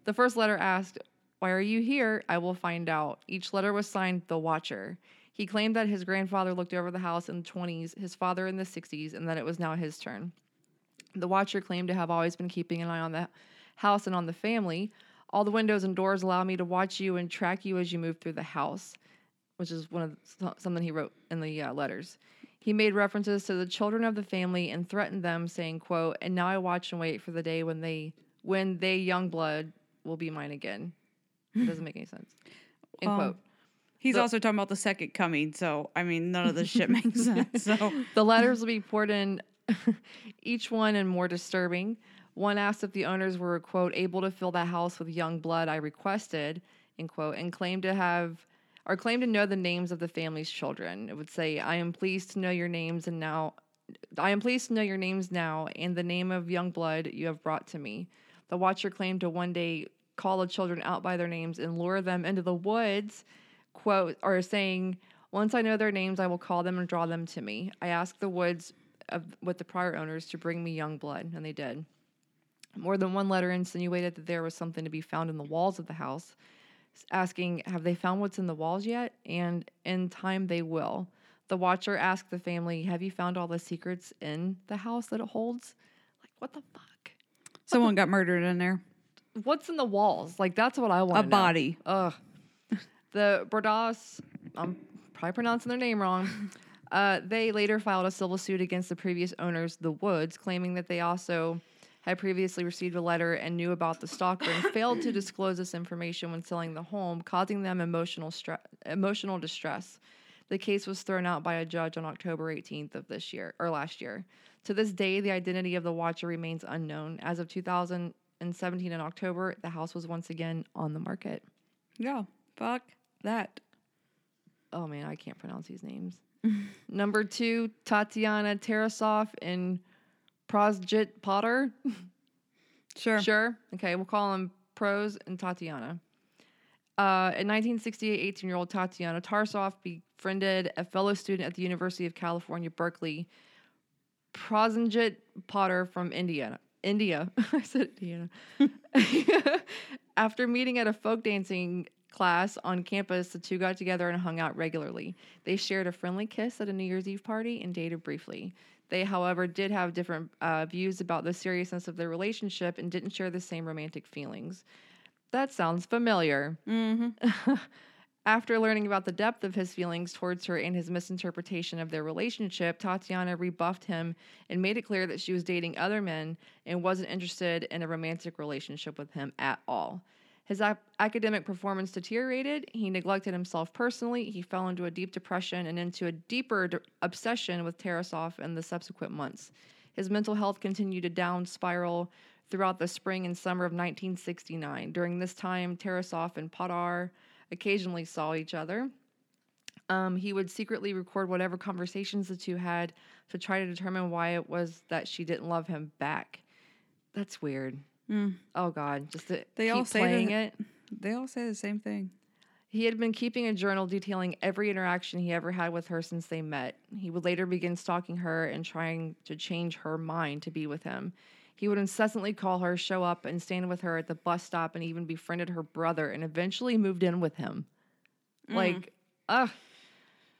the first letter asked, Why are you here? I will find out. Each letter was signed The Watcher. He claimed that his grandfather looked over the house in the 20s, his father in the 60s, and that it was now his turn. The Watcher claimed to have always been keeping an eye on the house and on the family. All the windows and doors allow me to watch you and track you as you move through the house, which is one of the, something he wrote in the uh, letters. He made references to the children of the family and threatened them, saying, "quote And now I watch and wait for the day when they, when they young blood will be mine again." It doesn't make any sense. End Um, quote. He's the- also talking about the second coming. So I mean, none of this *laughs* shit makes sense. So *clears throat* The letters will be poured in, *laughs* each one and more disturbing. One asked if the owners were, quote, able to fill the house with young blood I requested, end quote, and claimed to have or claimed to know the names of the family's children. It would say, I am pleased to know your names and now I am pleased to know your names now and the name of young blood you have brought to me. The watcher claimed to one day call the children out by their names and lure them into the woods, quote, or saying, Once I know their names, I will call them and draw them to me. I asked the woods of, with the prior owners to bring me young blood, and they did. More than one letter insinuated that there was something to be found in the walls of the house, s- asking, Have they found what's in the walls yet? And in time they will. The watcher asked the family, Have you found all the secrets in the house that it holds? Like, what the fuck? *laughs* someone got murdered in there. What's in the walls? Like, that's what I want A body. Ugh. The Bordas, I'm probably pronouncing their name wrong. Uh, they later filed a civil suit against the previous owners, the Woods, claiming that they also had previously received a letter and knew about the stalker and failed to disclose this information when selling the home, causing them emotional stre- emotional distress. The case was thrown out by a judge on October 18th of this year or last year. To this day, the identity of the watcher remains unknown. As of 2017 in October, the house was once again on the market. No, fuck that. Oh man, I can't pronounce these names. *laughs* Number two, Tatiana Tarasov and Prosjit Potter. Sure. Sure. Okay, we'll call them Pros and Tatiana. Uh, in 1968, 18 year old Tatiana Tarsoff befriended a fellow student at the University of California, Berkeley, Prosenjit Potter from Indiana. India. *laughs* I said Indiana. After meeting at a folk dancing class on campus, the two got together and hung out regularly. They shared a friendly kiss at a New Year's Eve party and dated briefly. They, however, did have different uh, views about the seriousness of their relationship and didn't share the same romantic feelings. That sounds familiar. Mm-hmm. After learning about the depth of his feelings towards her and his misinterpretation of their relationship, Tatiana rebuffed him and made it clear that she was dating other men and wasn't interested in a romantic relationship with him at all. His ac- academic performance deteriorated. He neglected himself personally. He fell into a deep depression and into a deeper d- obsession with Tarasov in the subsequent months. His mental health continued a down spiral throughout the spring and summer of 1969. During this time, Tarasov and Podar occasionally saw each other. Um, he would secretly record whatever conversations the two had to try to determine why it was that she didn't love him back. That's weird. Mm. Oh God, just to They keep all say that- playing it. They all say the same thing. He had been keeping a journal detailing every interaction he ever had with her since they met. He would later begin stalking her and trying to change her mind to be with him. He would incessantly call her, show up, and stand with her at the bus stop, and even befriended her brother and eventually moved in with him. Like, ugh.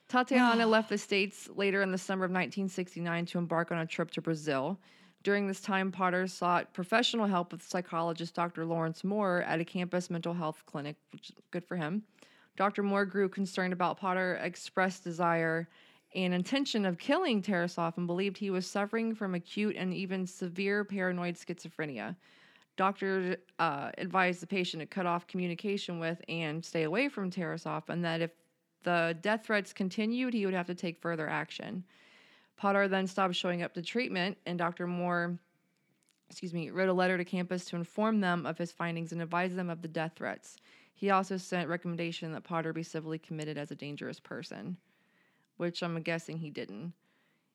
Tatiana left the States later in the summer of 1969 to embark on a trip to Brazil. During this time, Potter sought professional help with psychologist Dr. Lawrence Moore at a campus mental health clinic, which is good for him. Dr. Moore grew concerned about Potter expressed desire and intention of killing Tarasov and believed he was suffering from acute and even severe paranoid schizophrenia. Doctor uh, advised the patient to cut off communication with and stay away from Tarasov, and that if the death threats continued, he would have to take further action. Potter then stopped showing up to treatment, and Dr. Moore, excuse me, wrote a letter to campus to inform them of his findings and advise them of the death threats. He also sent recommendation that Potter be civilly committed as a dangerous person, which I'm guessing he didn't.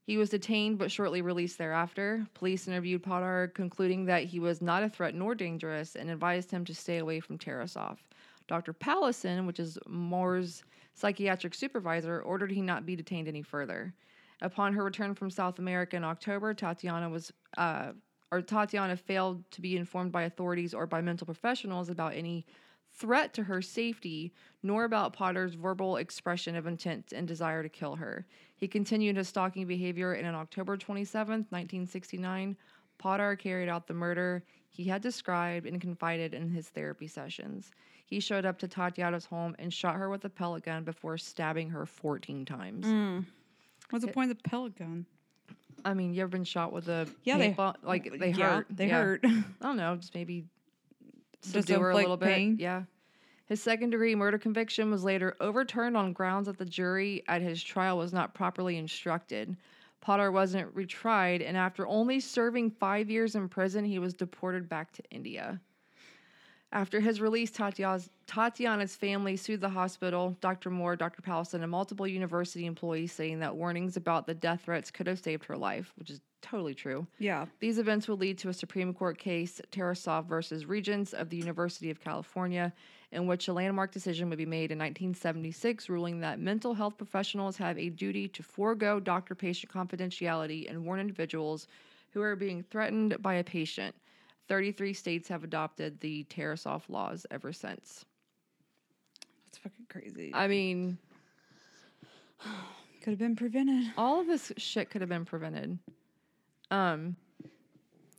He was detained but shortly released thereafter. Police interviewed Potter, concluding that he was not a threat nor dangerous, and advised him to stay away from Tarasov. Dr. Pallison, which is Moore's psychiatric supervisor, ordered he not be detained any further. Upon her return from South America in October, Tatiana was uh, or Tatiana failed to be informed by authorities or by mental professionals about any threat to her safety, nor about Potter's verbal expression of intent and desire to kill her. He continued his stalking behavior, and on October 27th, 1969, Potter carried out the murder he had described and confided in his therapy sessions. He showed up to Tatiana's home and shot her with a pellet gun before stabbing her 14 times. Mm. What's the point of the pellet gun? I mean, you ever been shot with a Yeah, they- paintball? like they Yeah, hurt. They Yeah. hurt. *laughs* I don't know, just maybe subdue Just her a inflict little bit. pain? Yeah. His second degree murder conviction was later overturned on grounds that the jury at his trial was not properly instructed. Potter wasn't retried, and after only serving five years in prison, he was deported back to India. After his release, Tatiana's, Tatiana's family sued the hospital, Dr. Moore, Dr. Pallison, and multiple university employees, saying that warnings about the death threats could have saved her life, which is totally true. yeah. These events would lead to a Supreme Court case, Tarasov versus Regents of the University of California, in which a landmark decision would be made in 1976, ruling that mental health professionals have a duty to forego doctor patient confidentiality and warn individuals who are being threatened by a patient. 33 states have adopted the Tarasov laws ever since. That's fucking crazy. I mean, Could have been prevented. all of this shit could have been prevented. Um.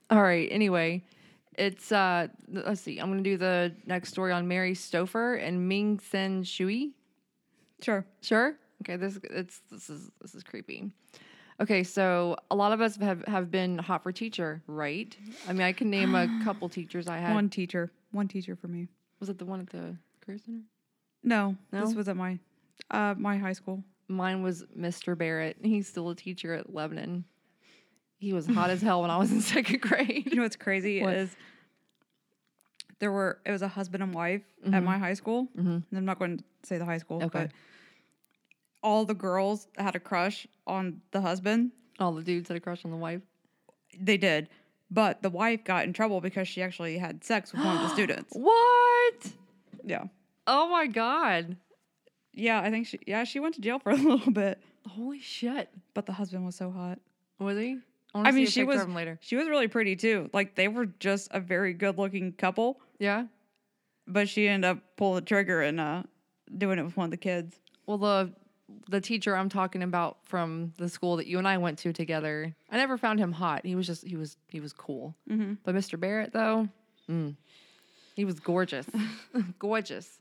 All right. Anyway, it's uh. th- Let's see. I'm gonna do the next story on Mary Stouffer and Ming Sen Shui. Sure. Sure. Okay. This it's this is this is creepy. Okay, so a lot of us have, have been hot for teacher, right? I mean, I can name *sighs* a couple teachers I had. One teacher. One teacher for me. Was it the one at the career center? No, No? this was at my uh my high school. Mine was Mr. Barrett. He's still a teacher at Lebanon. He was hot as hell when I was in *laughs* second grade. You know what's crazy What? is there were it was a husband and wife at my high school. And I'm not going to say the high school, Mm-hmm. Okay. but all the girls had a crush on the husband. All the dudes had a crush on the wife. They did. But the wife got in trouble because she actually had sex with *gasps* one of the students. What? Yeah. Oh my god! Yeah, I think she yeah, she went to jail for *laughs* a little bit. Holy shit! But the husband was so hot. Was he? wanna I mean, see a she picture was of him later. she was really pretty too. Like they were just a very good-looking couple, Yeah. but she ended up pulling the trigger and uh doing it with one of the kids. Well, the the teacher I'm talking about from the school that you and I went to together, I never found him hot. He was just he was he was cool. Mm-hmm. But Mr. Barrett though, mm, he was *laughs* gorgeous, gorgeous.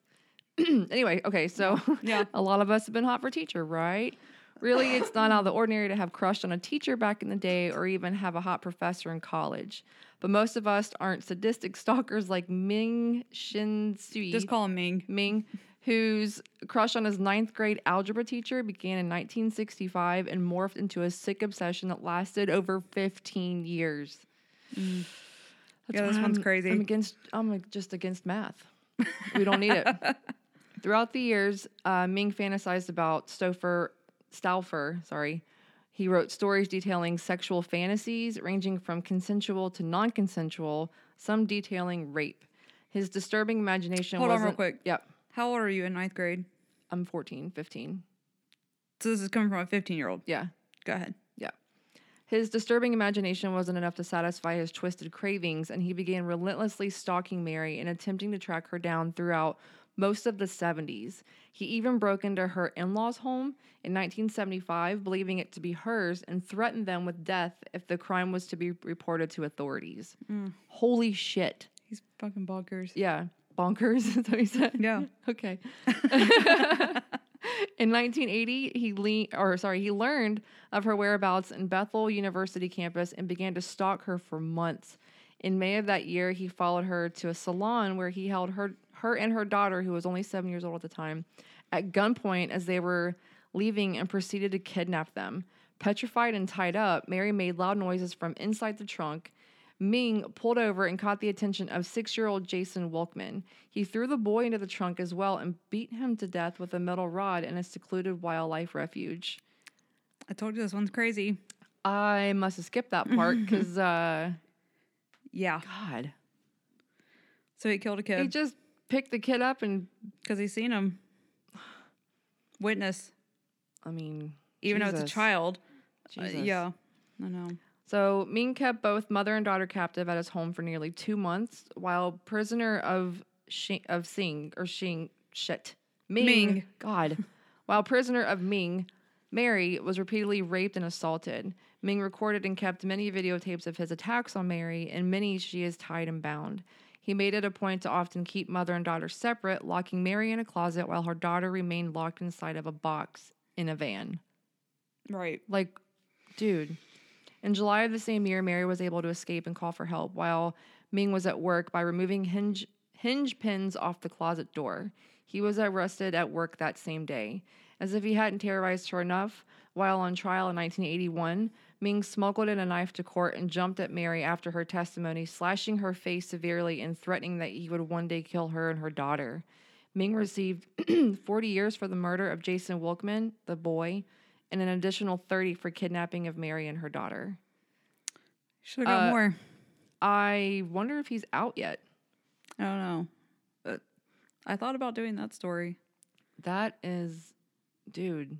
*clears throat* anyway, okay, so *laughs* Yeah. a lot of us have been hot for teacher, right? Really, it's not out of the ordinary to have crushed on a teacher back in the day, or even have a hot professor in college. But most of us aren't sadistic *laughs* stalkers like Ming Shin Sui. Just call him Ming. Ming, whose crush on his ninth grade algebra teacher began in 1965 and morphed into a sick obsession that lasted over 15 years. That's Mm. Yeah, this why one's I'm- crazy. I'm against. I'm just against math. We don't need *laughs* it. Throughout the years, uh, Ming fantasized about Stouffer, Stauffer. Sorry, he wrote stories detailing sexual fantasies ranging from consensual to non-consensual, some detailing rape. His disturbing imagination. Hold on real wasn't- quick. Yep, How old are you in ninth grade? I'm 14, 15. So this is coming from a 15 year old. Yeah. Go ahead. Yeah. His disturbing imagination wasn't enough to satisfy his twisted cravings, and he began relentlessly stalking Mary and attempting to track her down throughout most of the 70s. He even broke into her in law's home in 1975, believing it to be hers, and threatened them with death if the crime was to be reported to authorities. Holy shit. He's fucking bonkers. Yeah. Bonkers, *laughs* is that what he said? Yeah. *laughs* Okay. In 1980, he le- or sorry, he learned of her whereabouts in Bethel University campus and began to stalk her for months. In May of that year, he followed her to a salon where he held her her and her daughter, who was only seven years old at the time, at gunpoint as they were leaving and proceeded to kidnap them. Petrified and tied up, Mary made loud noises from inside the trunk. Ming pulled over and caught the attention of six year old Jason Wilkman. He threw the boy into the trunk as well and beat him to death with a metal rod in a secluded wildlife refuge. I told you this one's crazy. I must have skipped that *laughs* part because, uh, Yeah. God, So he killed a he kid just picked the kid up and, because he seen him. Witness, I mean, even though it's Jesus. a child. Uh, Jesus. yeah. I know. So Ming kept both mother and daughter captive at his home for nearly two months, while prisoner of Shi of Sing or Shing shit Ming, Ming. God, *laughs* while prisoner of Ming, Mary was repeatedly raped and assaulted. Ming recorded and kept many videotapes of his attacks on Mary, and many she is tied and bound. He made it a point to often keep mother and daughter separate, locking Mary in a closet while her daughter remained locked inside of a box in a van. Right. Like, dude. In July of the same year, Mary was able to escape and call for help while Ming was at work by removing hinge hinge pins off the closet door. He was arrested at work that same day. As if he hadn't terrorized her enough, while on trial in 1981, Ming smuggled in a knife to court and jumped at Mary after her testimony, slashing her face severely and threatening that he would one day kill her and her daughter. Ming received *clears throat* 40 years for the murder of Jason Wilkman, the boy, and an additional 30 for kidnapping of Mary and her daughter. Should have got Uh, more. I wonder if he's out yet. I don't know. But I thought about doing that story. That is, dude.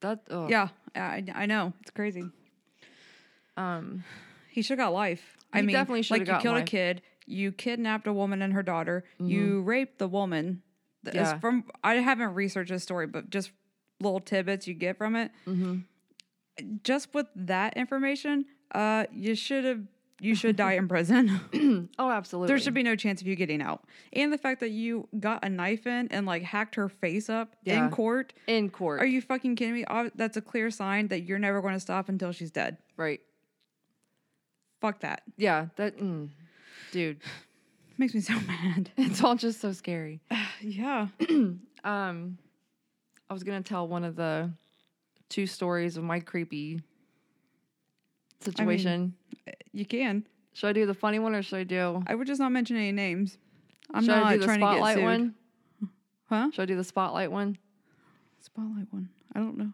That ugh. Yeah. I, I know. It's crazy. Um, He should have got life. I He mean, definitely shoulda like you gotten killed life. Mm-hmm. a kid, you kidnapped a woman and her daughter, you raped the woman. Th- it's Yeah. From I haven't researched this story, but just little tidbits you get from it. mm-hmm. *clears throat* Just with that information, uh, you should have you should die in prison. *clears throat* *laughs* oh, absolutely. there should be no chance of you getting out. And the fact that you got a knife in and like hacked her face up Yeah. in court. in court. Are you fucking kidding me? Ob- That's a clear sign that you're never going to stop until she's dead. right? Fuck that. Yeah. That, mm, dude. *laughs* Makes me so *laughs* mad. It's all just so scary. yeah. Um, I was gonna tell one of the two stories of my creepy situation. You can. Should I do the funny one or should I do? I would just not mention any names. I'm should not I do the trying to get spotlight sued. one? Huh? Should I do the spotlight one? Spotlight one. I don't know.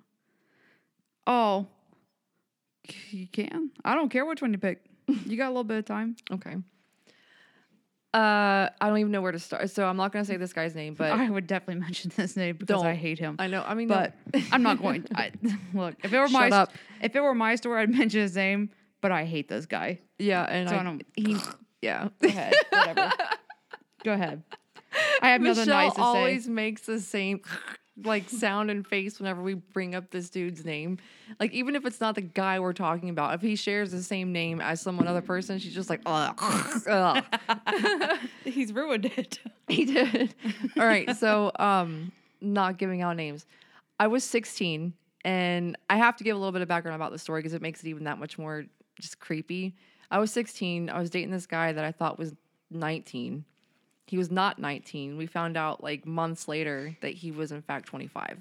Oh, c- you can. I don't care which one you pick. You got a little bit of time. Okay. Uh, I don't even know where to start, so I'm not gonna say this guy's name, *laughs* but I would definitely *laughs* mention this name because I Don't. hate him. I know. I mean, no. *laughs* but I'm not going. I, *laughs* look, if it were my Shut up. if it were my story, I'd *laughs* mention his name. But I hate this guy. yeah, and So I, I, don't. he's yeah. *laughs* Go ahead. Whatever. Go ahead. I *laughs* have Michelle nothing nice to always say. makes the same *laughs* like sound and face whenever we bring up this dude's name. Like even if it's not the guy we're talking about, if he shares the same name as some other person, she's just like, *laughs* ugh. ugh." He's ruined it. *laughs* he did. All right, so um, not giving out names. I was 16, and I have to give a little bit of background about the story because it makes it even that much more just creepy. I was 16. I was dating this guy that I thought was 19. He was not 19. We found out like months later that he was in fact 25,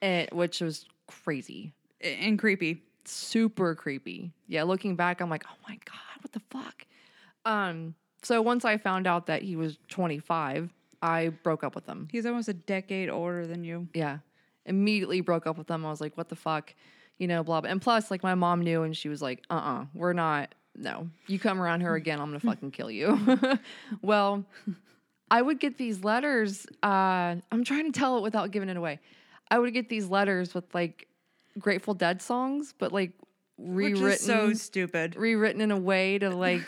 and, which was crazy And creepy. super creepy. Yeah, looking back, I'm like, oh my god, what the fuck? Um, so once I found out that he was 25, I broke up with him. He's almost a decade older than you. Yeah, immediately broke up with him. I was like, what the fuck, you know, blah blah. And plus, like my mom knew, and she was like, uh uh-uh, uh, we are not. No, you come around her again, *laughs* I'm gonna fucking kill you. *laughs* well, I would get these letters. Uh, I'm trying to tell it without giving it away. I would get these letters with like Grateful Dead songs, but like rewritten Which is so stupid. rewritten in a way to like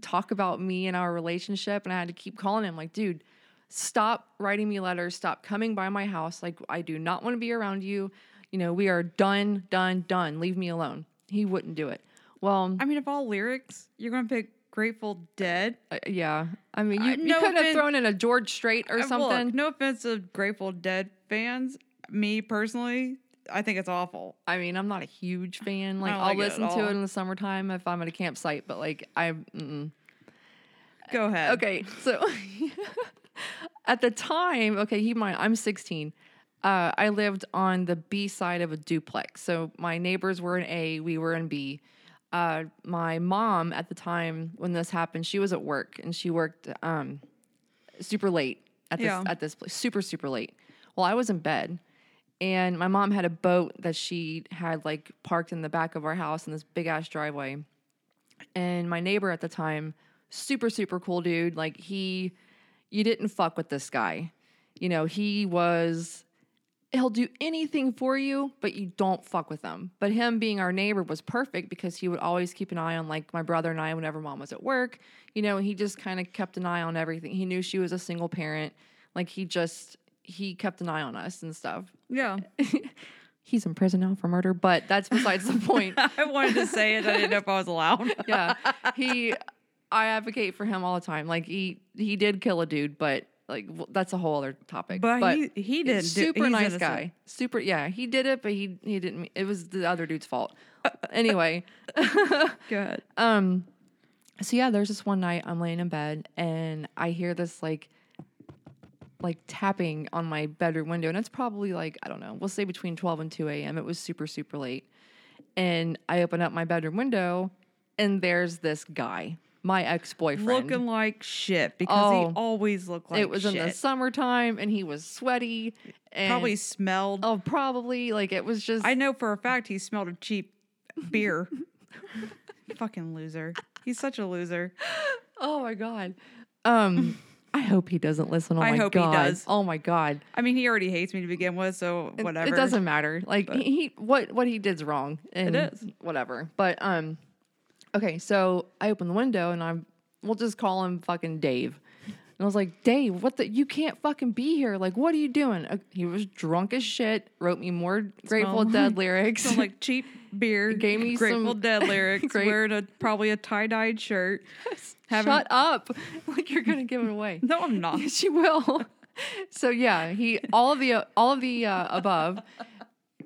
talk about me and our relationship and I had to keep calling him like dude stop writing me letters stop coming by my house like I do not want to be around you you know we are done done done leave me alone he wouldn't do it well I mean, of all lyrics, you're gonna pick Grateful Dead uh, yeah I mean you, I- you Uh, no couldn't have offense- thrown in a George Strait or Uh, look, something no offense to Grateful Dead fans. Me personally, I think it's awful. I mean I'm not a huge fan like don't I'll like it at listen to all. it in the summertime if I'm at a campsite but like I mm-mm. Go ahead. Okay, so *laughs* at the time, okay, keep in mind, I'm 16. Uh, I lived on the B side of a duplex. So my neighbors were in A, we were in B. Uh, my mom at the time when this happened, she was at work and she worked um, super late at this Yeah. at this place, super super late. Well, I was in bed, and my mom had a boat that she had like parked in the back of our house in this big ass driveway and my neighbor at the time, super super cool dude. Like he, you didn't fuck with this guy. You know he was. He'll do anything for you, but you don't fuck with him. But him being our neighbor was perfect because he would always keep an eye on like my brother and I whenever mom was at work. You know, he just kind of kept an eye on everything. He knew she was a single parent. Like he just he kept an eye on us and stuff. *laughs* Yeah. *laughs* He's in prison now for murder, but that's besides the *laughs* point. I wanted to say it. I didn't know if I was *laughs* allowed. yeah. He, I advocate for him all the time. Like he, he did kill a dude, but like w that's a whole other topic. But, he, he didn't. do- super he's nice innocent. guy. Super, yeah, he did it, but he he didn't. me- It was the other dude's fault. Uh, anyway, *laughs* Go ahead. um, so yeah, there's this one night I'm laying in bed and I hear this like, like tapping on my bedroom window, and it's probably like I don't know, we'll say between 12 and 2 a.m. It was super super late, and I open up my bedroom window, and there's this guy, my ex boyfriend. Looking like shit because Oh. he always looked like it was shit. in the summertime, and he was sweaty. And, Probably smelled. oh, probably like it was just. I know for a fact he smelled of cheap *laughs* beer. Fucking loser. He's such a loser. oh my god. Um, *laughs* I hope he doesn't listen. Oh I my hope he god. does. Oh my god. I mean, he already hates me to begin with, so it- whatever. It doesn't matter. Like But- he, he what what he did's wrong. And is. whatever. But um okay, so I open the window and I'm we'll just call him fucking Dave. And I was like, Dave, what the you can't fucking be here. Like, what are you doing? Uh, he was drunk as shit, wrote me more Grateful *laughs* Smell- Dead lyrics. Some like cheap beer, Gave me Grateful some *laughs* Dead lyrics, great- wearing a probably a tie dyed shirt. having- Shut up. *laughs* Like you're gonna give it away. No, *laughs* I'm not. Yes, you will. so yeah, he all of the all of the uh, above,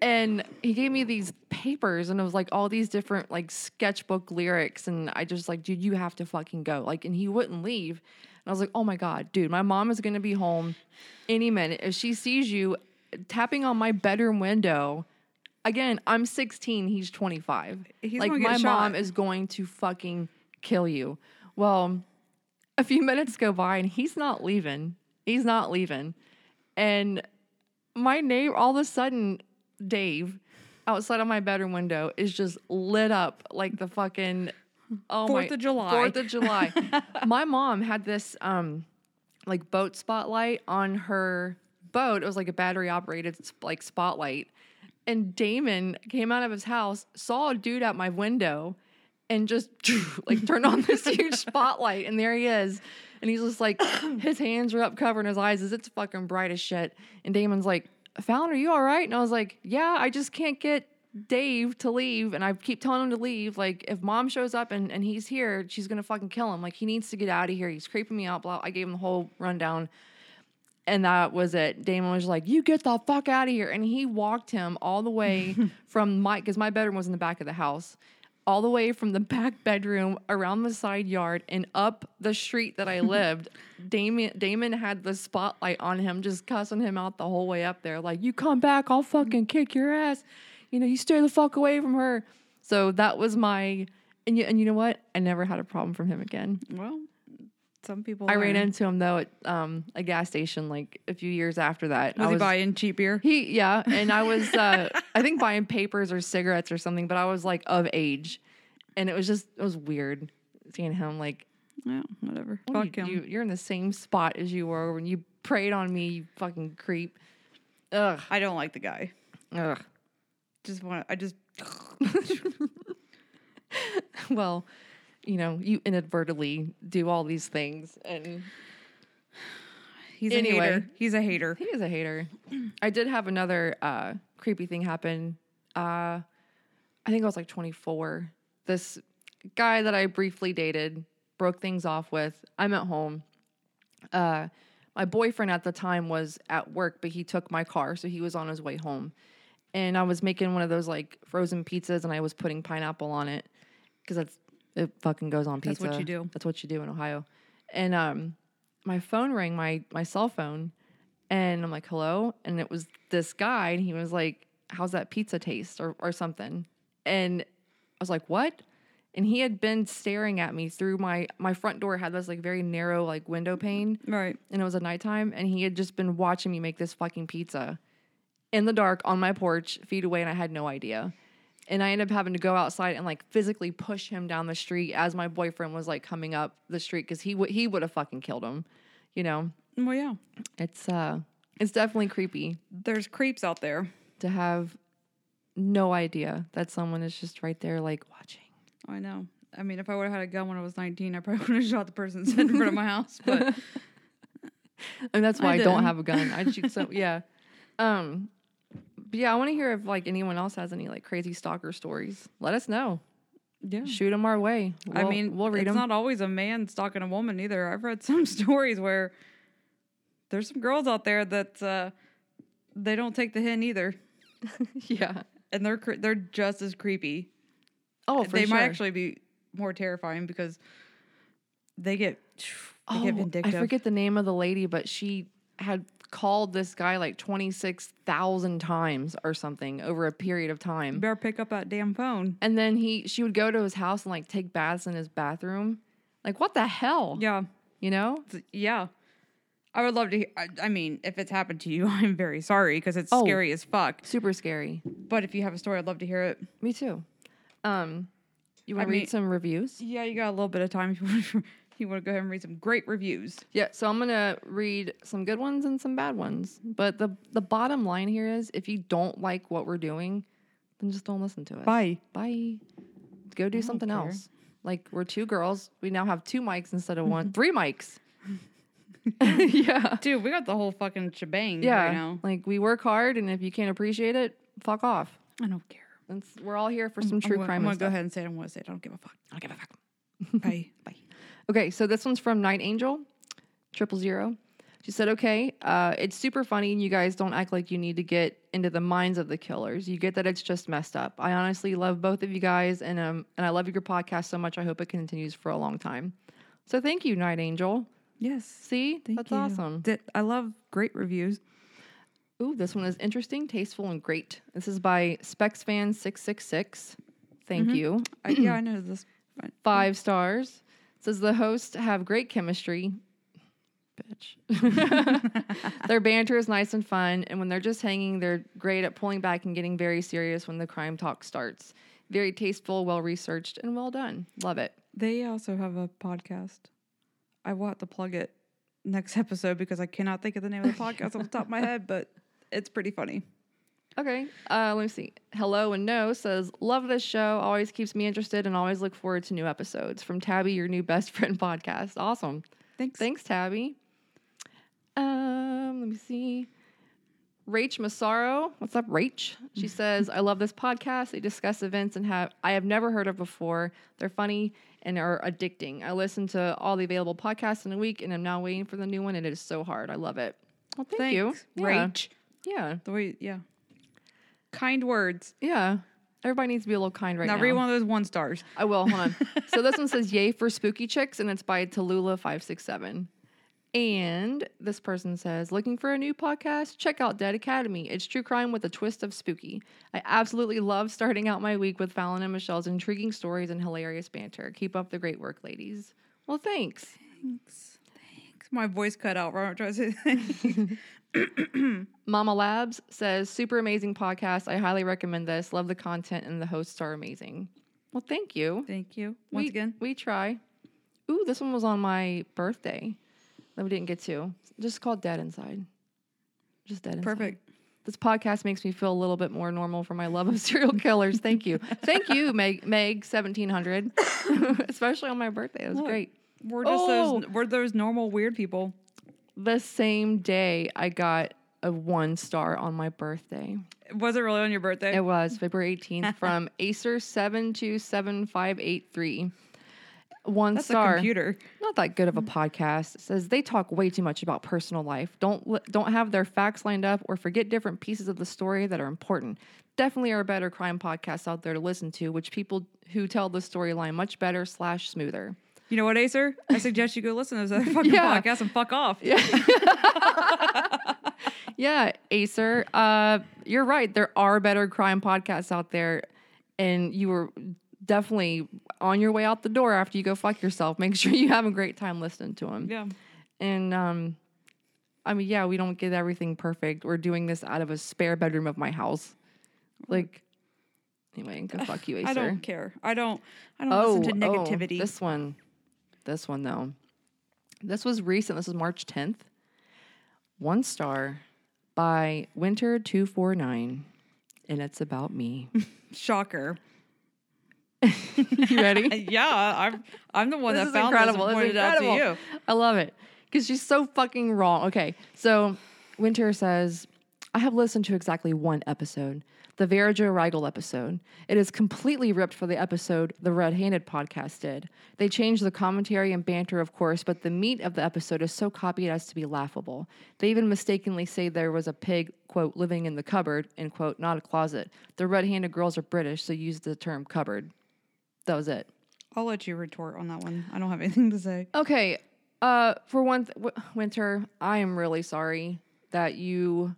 and he gave me these papers, and it was like all these different like sketchbook lyrics, and I just like, dude, you have to fucking go, like, and he wouldn't leave, and I was like, oh my god, dude, my mom is gonna be home any minute if she sees you tapping on my bedroom window. Again, I'm 16. He's 25. He's like gonna my get mom shot. is going to fucking kill you. Well, a few *laughs* minutes go by and he's not leaving. He's not leaving. And my neighbor, all of a sudden, Dave, outside of my bedroom window, is just lit up like the fucking oh Fourth my, of July. Fourth of *laughs* July. my mom had this um like boat spotlight on her boat. It was like a battery operated like spotlight. And Damon came out of his house, saw a dude out my window, and just *laughs* like turned on this huge spotlight. And there he is. And he's just like, his hands are up covering his eyes as it's fucking bright as shit. And Damon's like, Fallon, are you all right? And I was like, yeah, I just can't get Dave to leave. And I keep telling him to leave. Like, if mom shows up and, and he's here, she's gonna fucking kill him. Like, he needs to get out of here. He's creeping me out. Blah. I gave him the whole rundown. And that was it. Damon was like, "You get the fuck out of here!" And he walked him all the way from my because my bedroom was in the back of the house, all the way from the *laughs* back bedroom around the side yard and up the street that I lived. Damon Damon had the spotlight on him, just cussing him out the whole way up there. Like, "You come back, I'll fucking kick your ass." You know, you stay the fuck away from her. So that was my and you, and you know what? I never had a problem from him again. Well, some people. I ran are. into him though at um, a gas station like a few years after that. Was I he buying cheap beer? he yeah, and I was uh, I think buying papers or cigarettes or something, but I was like of age, and it was just it was weird seeing him like Yeah, whatever. what are Fuck you, him. you, you're in the same spot as you were when you preyed on me, you fucking creep. Ugh, I don't like the guy. ugh. *laughs* Just want. to I just. Well, you know, you inadvertently do all these things, and He's Anyway. a hater. He's a hater. He is a hater. *clears throat* I did have another uh, creepy thing happen. Uh, I think I was like 24. This guy that I briefly dated broke things off with. I'm at home. Uh, my boyfriend at the time was at work, but he took my car, so he was on his way home. And I was making one of those like frozen pizzas, and I was putting pineapple on it because that's it. Fucking goes on That's pizza. what you do. That's what you do in Ohio. And um, my phone rang, my my cell phone, and I'm like, hello. And it was this guy, and he was like, how's that pizza taste or, or something? And I was like, what? And he had been staring at me through my my front door had this like very narrow like window pane Right. and it was at nighttime, and he had just been watching me make this fucking pizza in the dark on my porch, feet away, and I had no idea. And I ended up having to go outside and like physically push him down the street as my boyfriend was like coming up the street because he would he would have fucking killed him, you know. Well, yeah. It's uh, it's definitely creepy There's creeps out there. to have no idea that someone is just right there like watching. I know. I mean, if I would have had a gun when I was 19, I probably *laughs* would have shot the person sitting in front of my house. *laughs* But And that's why I, I don't didn't. have a gun. I shoot *laughs* so yeah. Um but yeah, I want to hear if like anyone else has any like crazy stalker stories. Let us know. yeah. Shoot them our way. I We'll- mean, we'll read it's them. not always a man stalking a woman either. I've read *laughs* some stories where there's some girls out there that uh, they don't take the hint either, *laughs* yeah. and they're cre- they're just as creepy. Oh, for they sure. might actually be more terrifying because they get they oh, get vindictive. I forget the name of the lady, but she had called this guy like 26,000 times or something over a period of time. Better pick up that damn phone. And then he she would go to his house and like take baths in his bathroom. Like what the hell? Yeah, You know? Th- yeah. I would love to. Hear, I, I mean, if it's happened to you, *laughs* I'm very sorry because it's Oh. scary as fuck. Super scary. But if you have a story, I'd love to hear it. Me too. Um, you want I to read mean- some reviews? Yeah, you got a little bit of time. If you *laughs* want to, you want to go ahead and read some great reviews. Yeah. So I'm gonna read some good ones and some bad ones. But the the bottom line here is, if you don't like what we're doing, then just don't listen to us. Bye. Bye. Go do something care. else. Like we're two girls. We now have two mics instead of *laughs* one. Three mics. yeah. Dude, we got the whole fucking shebang Yeah. right now. Like we work hard, and if you can't appreciate it, fuck off. I don't care. It's, we're all here for some true I'm gonna, crime. I'm and gonna stuff. go ahead and say it. I'm gonna say it. I don't give a fuck. I don't give a fuck. *laughs* Bye. Bye. Okay, so this one's from Night Angel, triple zero. She said, "Okay, uh, it's super funny, and you guys don't act like you need to get into the minds of the killers. You get that it's just messed up. I honestly love both of you guys, and um, and I love your podcast so much. I hope it continues for a long time. So thank you, Night Angel. Yes. See, Thank that's you. awesome. That- I love great reviews. Ooh, this one is interesting, tasteful, and Mm-hmm. great. This is by SpexFan six six six. Thank you. *clears throat* I, yeah, I know this. Five stars. Says the hosts have great chemistry. Bitch. Their banter is nice and fun, and when they're just hanging, they're great at pulling back and getting very serious when the crime talk starts. Very tasteful, well researched, and well done. Love it. They also have a podcast. I want to plug it next *laughs* episode because I cannot think of the name of the podcast off the top of my *laughs* head, but it's pretty funny. Okay, uh, let me see. Hello and No says, Love this show. Always keeps me interested and always look forward to new episodes. From Tabby, your new best *laughs* friend podcast. Awesome. Thanks. Thanks, Tabby. Um, let me see. Rach Masaro, what's up, Rach? She *laughs* says, "I love this podcast. They discuss events and have I have never heard of before. They're funny and are addicting. I listen to all the available podcasts in a week, and I'm now waiting for the new one. And it is so hard. I love it. Well, thank you, Yeah. Rach. Yeah, The way, yeah. Kind words. yeah. Everybody needs to be a little kind right now, now. read one of those one stars. I will. Hold on. so this one says "Yay for spooky chicks" and it's by Tallulah five six seven. And this person says, looking for a new podcast? Check out Dead Academy. It's true crime with a twist of spooky. I absolutely love starting out my week with Fallon and Michelle's intriguing stories and hilarious banter. Keep up the great work, ladies. Well, thanks. Thanks. Thanks. My voice cut out. Robert tries to *laughs* say Mama Labs says, super amazing podcast. I highly recommend this. Love the content and the hosts are amazing. Well, thank you. Thank you. Once we, again. we try. Ooh, this one was on my birthday that we didn't get to. Just called Dead Inside. Just Dead Inside. Perfect. This podcast makes me feel a little bit more normal for my love of *laughs* serial killers. Thank you. Thank *laughs* you, Meg, Meg 1700, *laughs* especially on my birthday. It was Look. great. We're just Oh! those we're those normal weird people. The same day, I got a one star on my birthday. Was it really on your birthday? It was February *laughs* 18th from Acer 727583. One That's a star. computer. not that good of a podcast. It says they talk way too much about personal life. Don't li- don't have their facts lined up or forget different pieces of the story that are important. Definitely are better crime podcasts out there to listen to, which people who tell the storyline much better slash smoother. You know what, Acer? I suggest you go listen to *laughs* those other fucking Yeah. podcasts and fuck off. Yeah, Acer, uh, you're right. There are better crime podcasts out there, and you were definitely on your way out the door after you go fuck yourself. Make sure you have a great time listening to them. Yeah. And um I mean, yeah, we don't get everything perfect. We're doing this out of a spare bedroom of my house. Like anyway, go fuck you, Acer. *sighs* I don't care. I don't I don't oh, listen to oh, negativity. this one. This one though. This was recent. This was March 10th. One star by Winter 249. And it's about *laughs* me. Shocker. *laughs* Uh, you ready? yeah, I'm I'm the one This that is found incredible. this This and is pointed it out to incredible. you. I love it because she's so fucking wrong. Okay, so Winter says, I have listened to exactly one episode, the Vera Joe Rigel episode. It is completely ripped from the episode the Red Handed podcast did. They changed the commentary and banter, of course, but the meat of the episode is so copied as to be laughable. They even mistakenly say there was a pig, quote, living in the cupboard, end quote, not a closet. The Red Handed girls are British, so use the term cupboard. That was it. I'll let you retort on that one. I don't have anything to say. Okay. Uh, for one, th- w- Winter, I am really sorry that you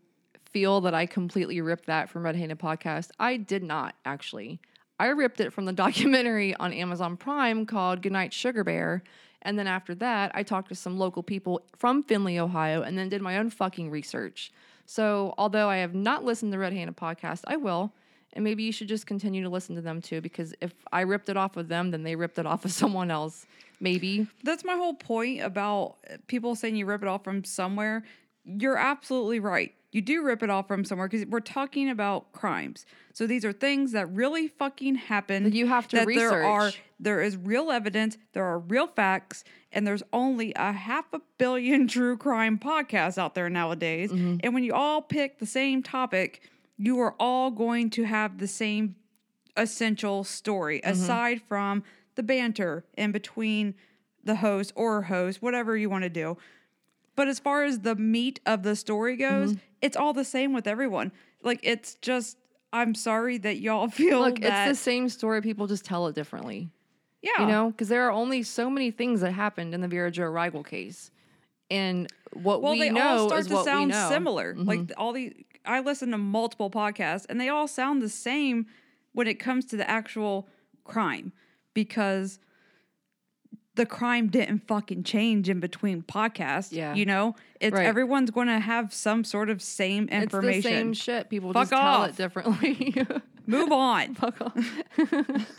feel that I completely ripped that from Red Handed Podcast. I did not actually. I ripped it from the *laughs* documentary on Amazon Prime called Goodnight Sugar Bear. And then after that, I talked to some local people from Findlay, Ohio, and then did my own fucking research. So, although I have not listened to Red Handed Podcast, I will. And maybe you should just continue to listen to them too, because if I ripped it off of them, then they ripped it off of *laughs* someone else. Maybe. That's my whole point about people saying you rip it off from somewhere. You're absolutely right. You do rip it off from somewhere because we're talking about crimes. So these are things that really fucking happen. That you have to that There are research. there is real evidence, there are real facts, and there's only a half a billion *laughs* true crime podcasts out there nowadays. Mm-hmm. And when you all pick the same topic, you are all going to have the same essential story Mm-hmm. aside from the banter in between the host or host, whatever you want to do. But as far as the meat of the story goes, Mm-hmm. it's all the same with everyone. Like it's just I'm sorry that y'all *laughs* feel Look, that Oh. it's the same story. People just tell it differently, yeah. you know, because there are only so many things that happened in the Vera Joe Rigel case, and what well we they know all start is to what we sound know. Mm-hmm. similar like th- all the i listen to multiple podcasts and they all sound the same when it comes to the actual crime because the crime didn't fucking change in between podcasts. Yeah. You know, it's Right. everyone's going to have some sort of same It's information. the same shit. People Fuck just tell off. it differently. *laughs* Move on. Fuck *laughs* off.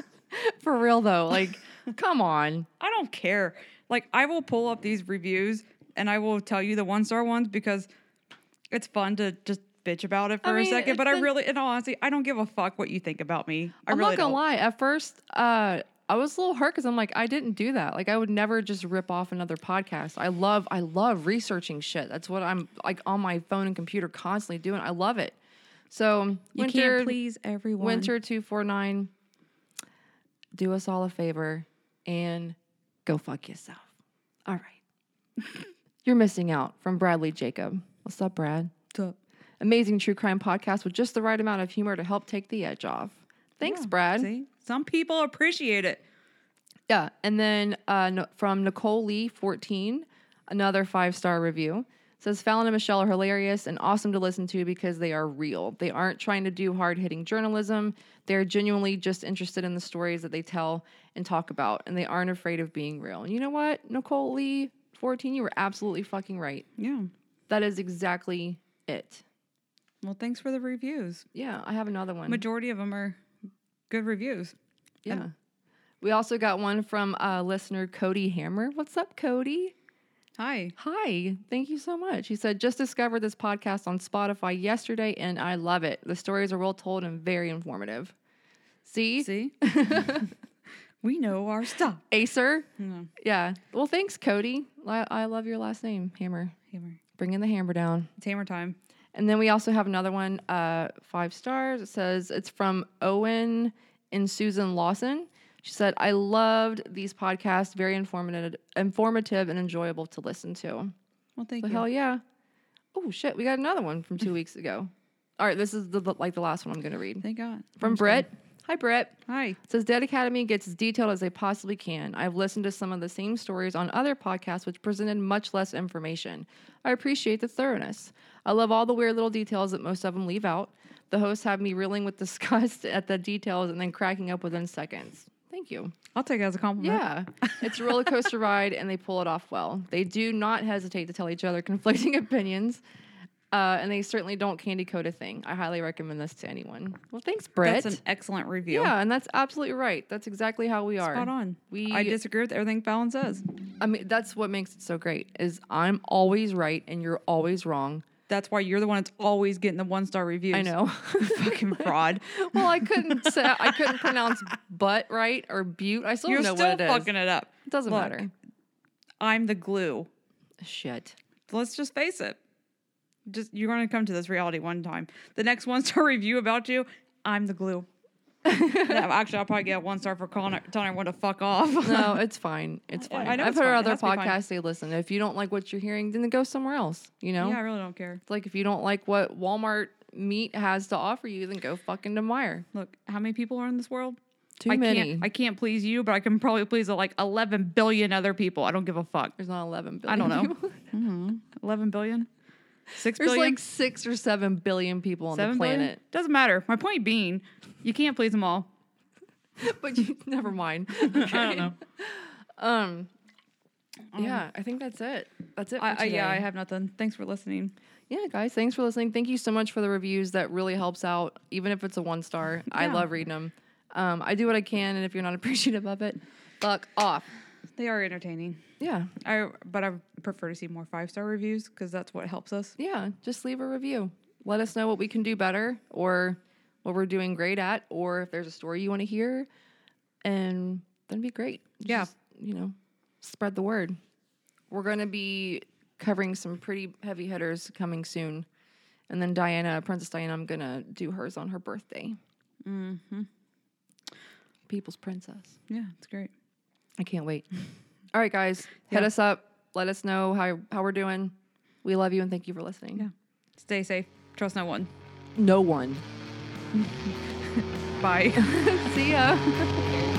*laughs* For real though, like, come on. I don't care. Like I will pull up these reviews and I will tell you the one star ones because it's fun to just bitch about it for I a mean, second. it's But I been- really, in all honesty, I don't give a fuck what you think about me. I I'm really not gonna don't. lie. At first, uh, I was a little hurt because I'm like, I didn't do that. Like, I would never just rip off another podcast. I love, I love researching shit. That's what I'm like on my phone and computer constantly doing. I love it. So You winter, can't please everyone. winter two four nine. Do us all a favor and go fuck yourself. All right, *laughs* you're missing out from Bradley Jacob. What's up, Brad? Tuh. Amazing true crime podcast with just the right amount of humor to help take the edge off. Thanks, Brad. See, some people appreciate it. Yeah, and then uh, no, from Nicole Lee, fourteen, another five star review says Fallon and Michelle are hilarious and awesome to listen to because they are real. They aren't trying to do hard hitting journalism. They're genuinely just interested in the stories that they tell and talk about, and they aren't afraid of being real. And you know what, Nicole Lee, fourteen, you were absolutely fucking right. Yeah. That is exactly it. Well, thanks for the reviews. Yeah, I have another one. Majority of them are good reviews. yeah. We also got one from uh, listener Cody Hammer. What's up, Cody? Hi. Hi, thank you so much. He said, just discovered this podcast on Spotify yesterday and I love it. The stories are well told and very informative. See? *laughs* See, we know our stuff. Acer? Yeah. Yeah. Well, thanks, Cody. I, I love your last name, Hammer. Hammer. Bringing the hammer down. It's hammer time. And then we also have another one, uh, five stars. It says it's from Owen and Susan Lawson. She said, "I loved these podcasts. Very informative, informative, and enjoyable to listen to." Well, thank So you. hell yeah. Oh shit, we got another one from two weeks ago. All right, this is the, the- like the last one I'm gonna read Thank God. from Britt. Hi Britt. Hi. It says Dead Academy gets as detailed as they possibly can. I've listened to some of the same stories on other podcasts, which presented much less information. I appreciate the thoroughness. I love all the weird little details that most of them leave out. The hosts have me reeling with disgust *laughs* at the details and then cracking up within seconds. Thank you. I'll take it as a *laughs* compliment. Yeah. It's a roller coaster ride and they pull it off well. They do not hesitate to tell each other *laughs* conflicting opinions. Uh, and they certainly don't candy coat a thing. I highly recommend this to anyone. Well, thanks, Britt. That's an excellent review. yeah, and that's absolutely right. That's exactly how we are. Spot on. We, I I, disagree with everything Fallon says. mean, that's what makes it so great. Is I'm always right and you're always wrong. That's why you're the one that's always getting the one star reviews. I know. *laughs* Fucking fraud. *laughs* well, I couldn't say I couldn't pronounce butt right or butte. I still you're don't know still what it is. fucking it up. it doesn't Look. matter. I'm the glue. Shit. Let's just face it. Just you're gonna come to this reality one time. The next one star *laughs* review about you, I'm *laughs* the glue. No, actually, I'll probably get one star for calling her, telling everyone to fuck off. No, it's fine. It's I- I fine. know I've it's heard fine. It other has to be fine. podcasts they listen. If you don't like what you're hearing, then go somewhere else. You know, *laughs* Yeah, I really don't care. it's like if you don't like what Walmart meat has to offer you, then go fucking to Meijer. Look, how many people are in this world? Too I many. Can't, I can't please you, but I can probably please like 11 billion other people. I don't give a fuck. There's not 11 I billion. don't know. people. *laughs* 11 billion? 6 There's billion? like six or seven billion people on Seven the billion? planet. Doesn't matter. My point being, you can't please them all. *laughs* but you never mind. *laughs* I don't know. Um, yeah, I think that's it. That's it. For I, I, yeah, I today. have nothing. Thanks for listening. yeah, guys, thanks for listening. Thank you so much for the reviews. That really helps out, even if it's a one star. I Yeah. love reading them. Um, I do what I can, and if you're not *laughs* appreciative of it, fuck off. They are entertaining. Yeah, I but I prefer to see more five star reviews because that's what helps us. yeah. Just leave a review. Let us know what we can do better, or what we're doing great at, or if there's a story you want to hear, and that'd be great. Yeah. Just, you know, spread the word. We're gonna be covering some pretty heavy hitters coming soon, and then Diana, Princess Diana, I'm gonna do hers on her birthday. Mm-hmm. People's princess. Yeah, it's great. I can't wait. All right, guys, hit Yeah. us up. Let us know how how we're doing. We love you and thank you for listening. Yeah. Stay safe. Trust no one. No one. Bye. *laughs* See ya. You're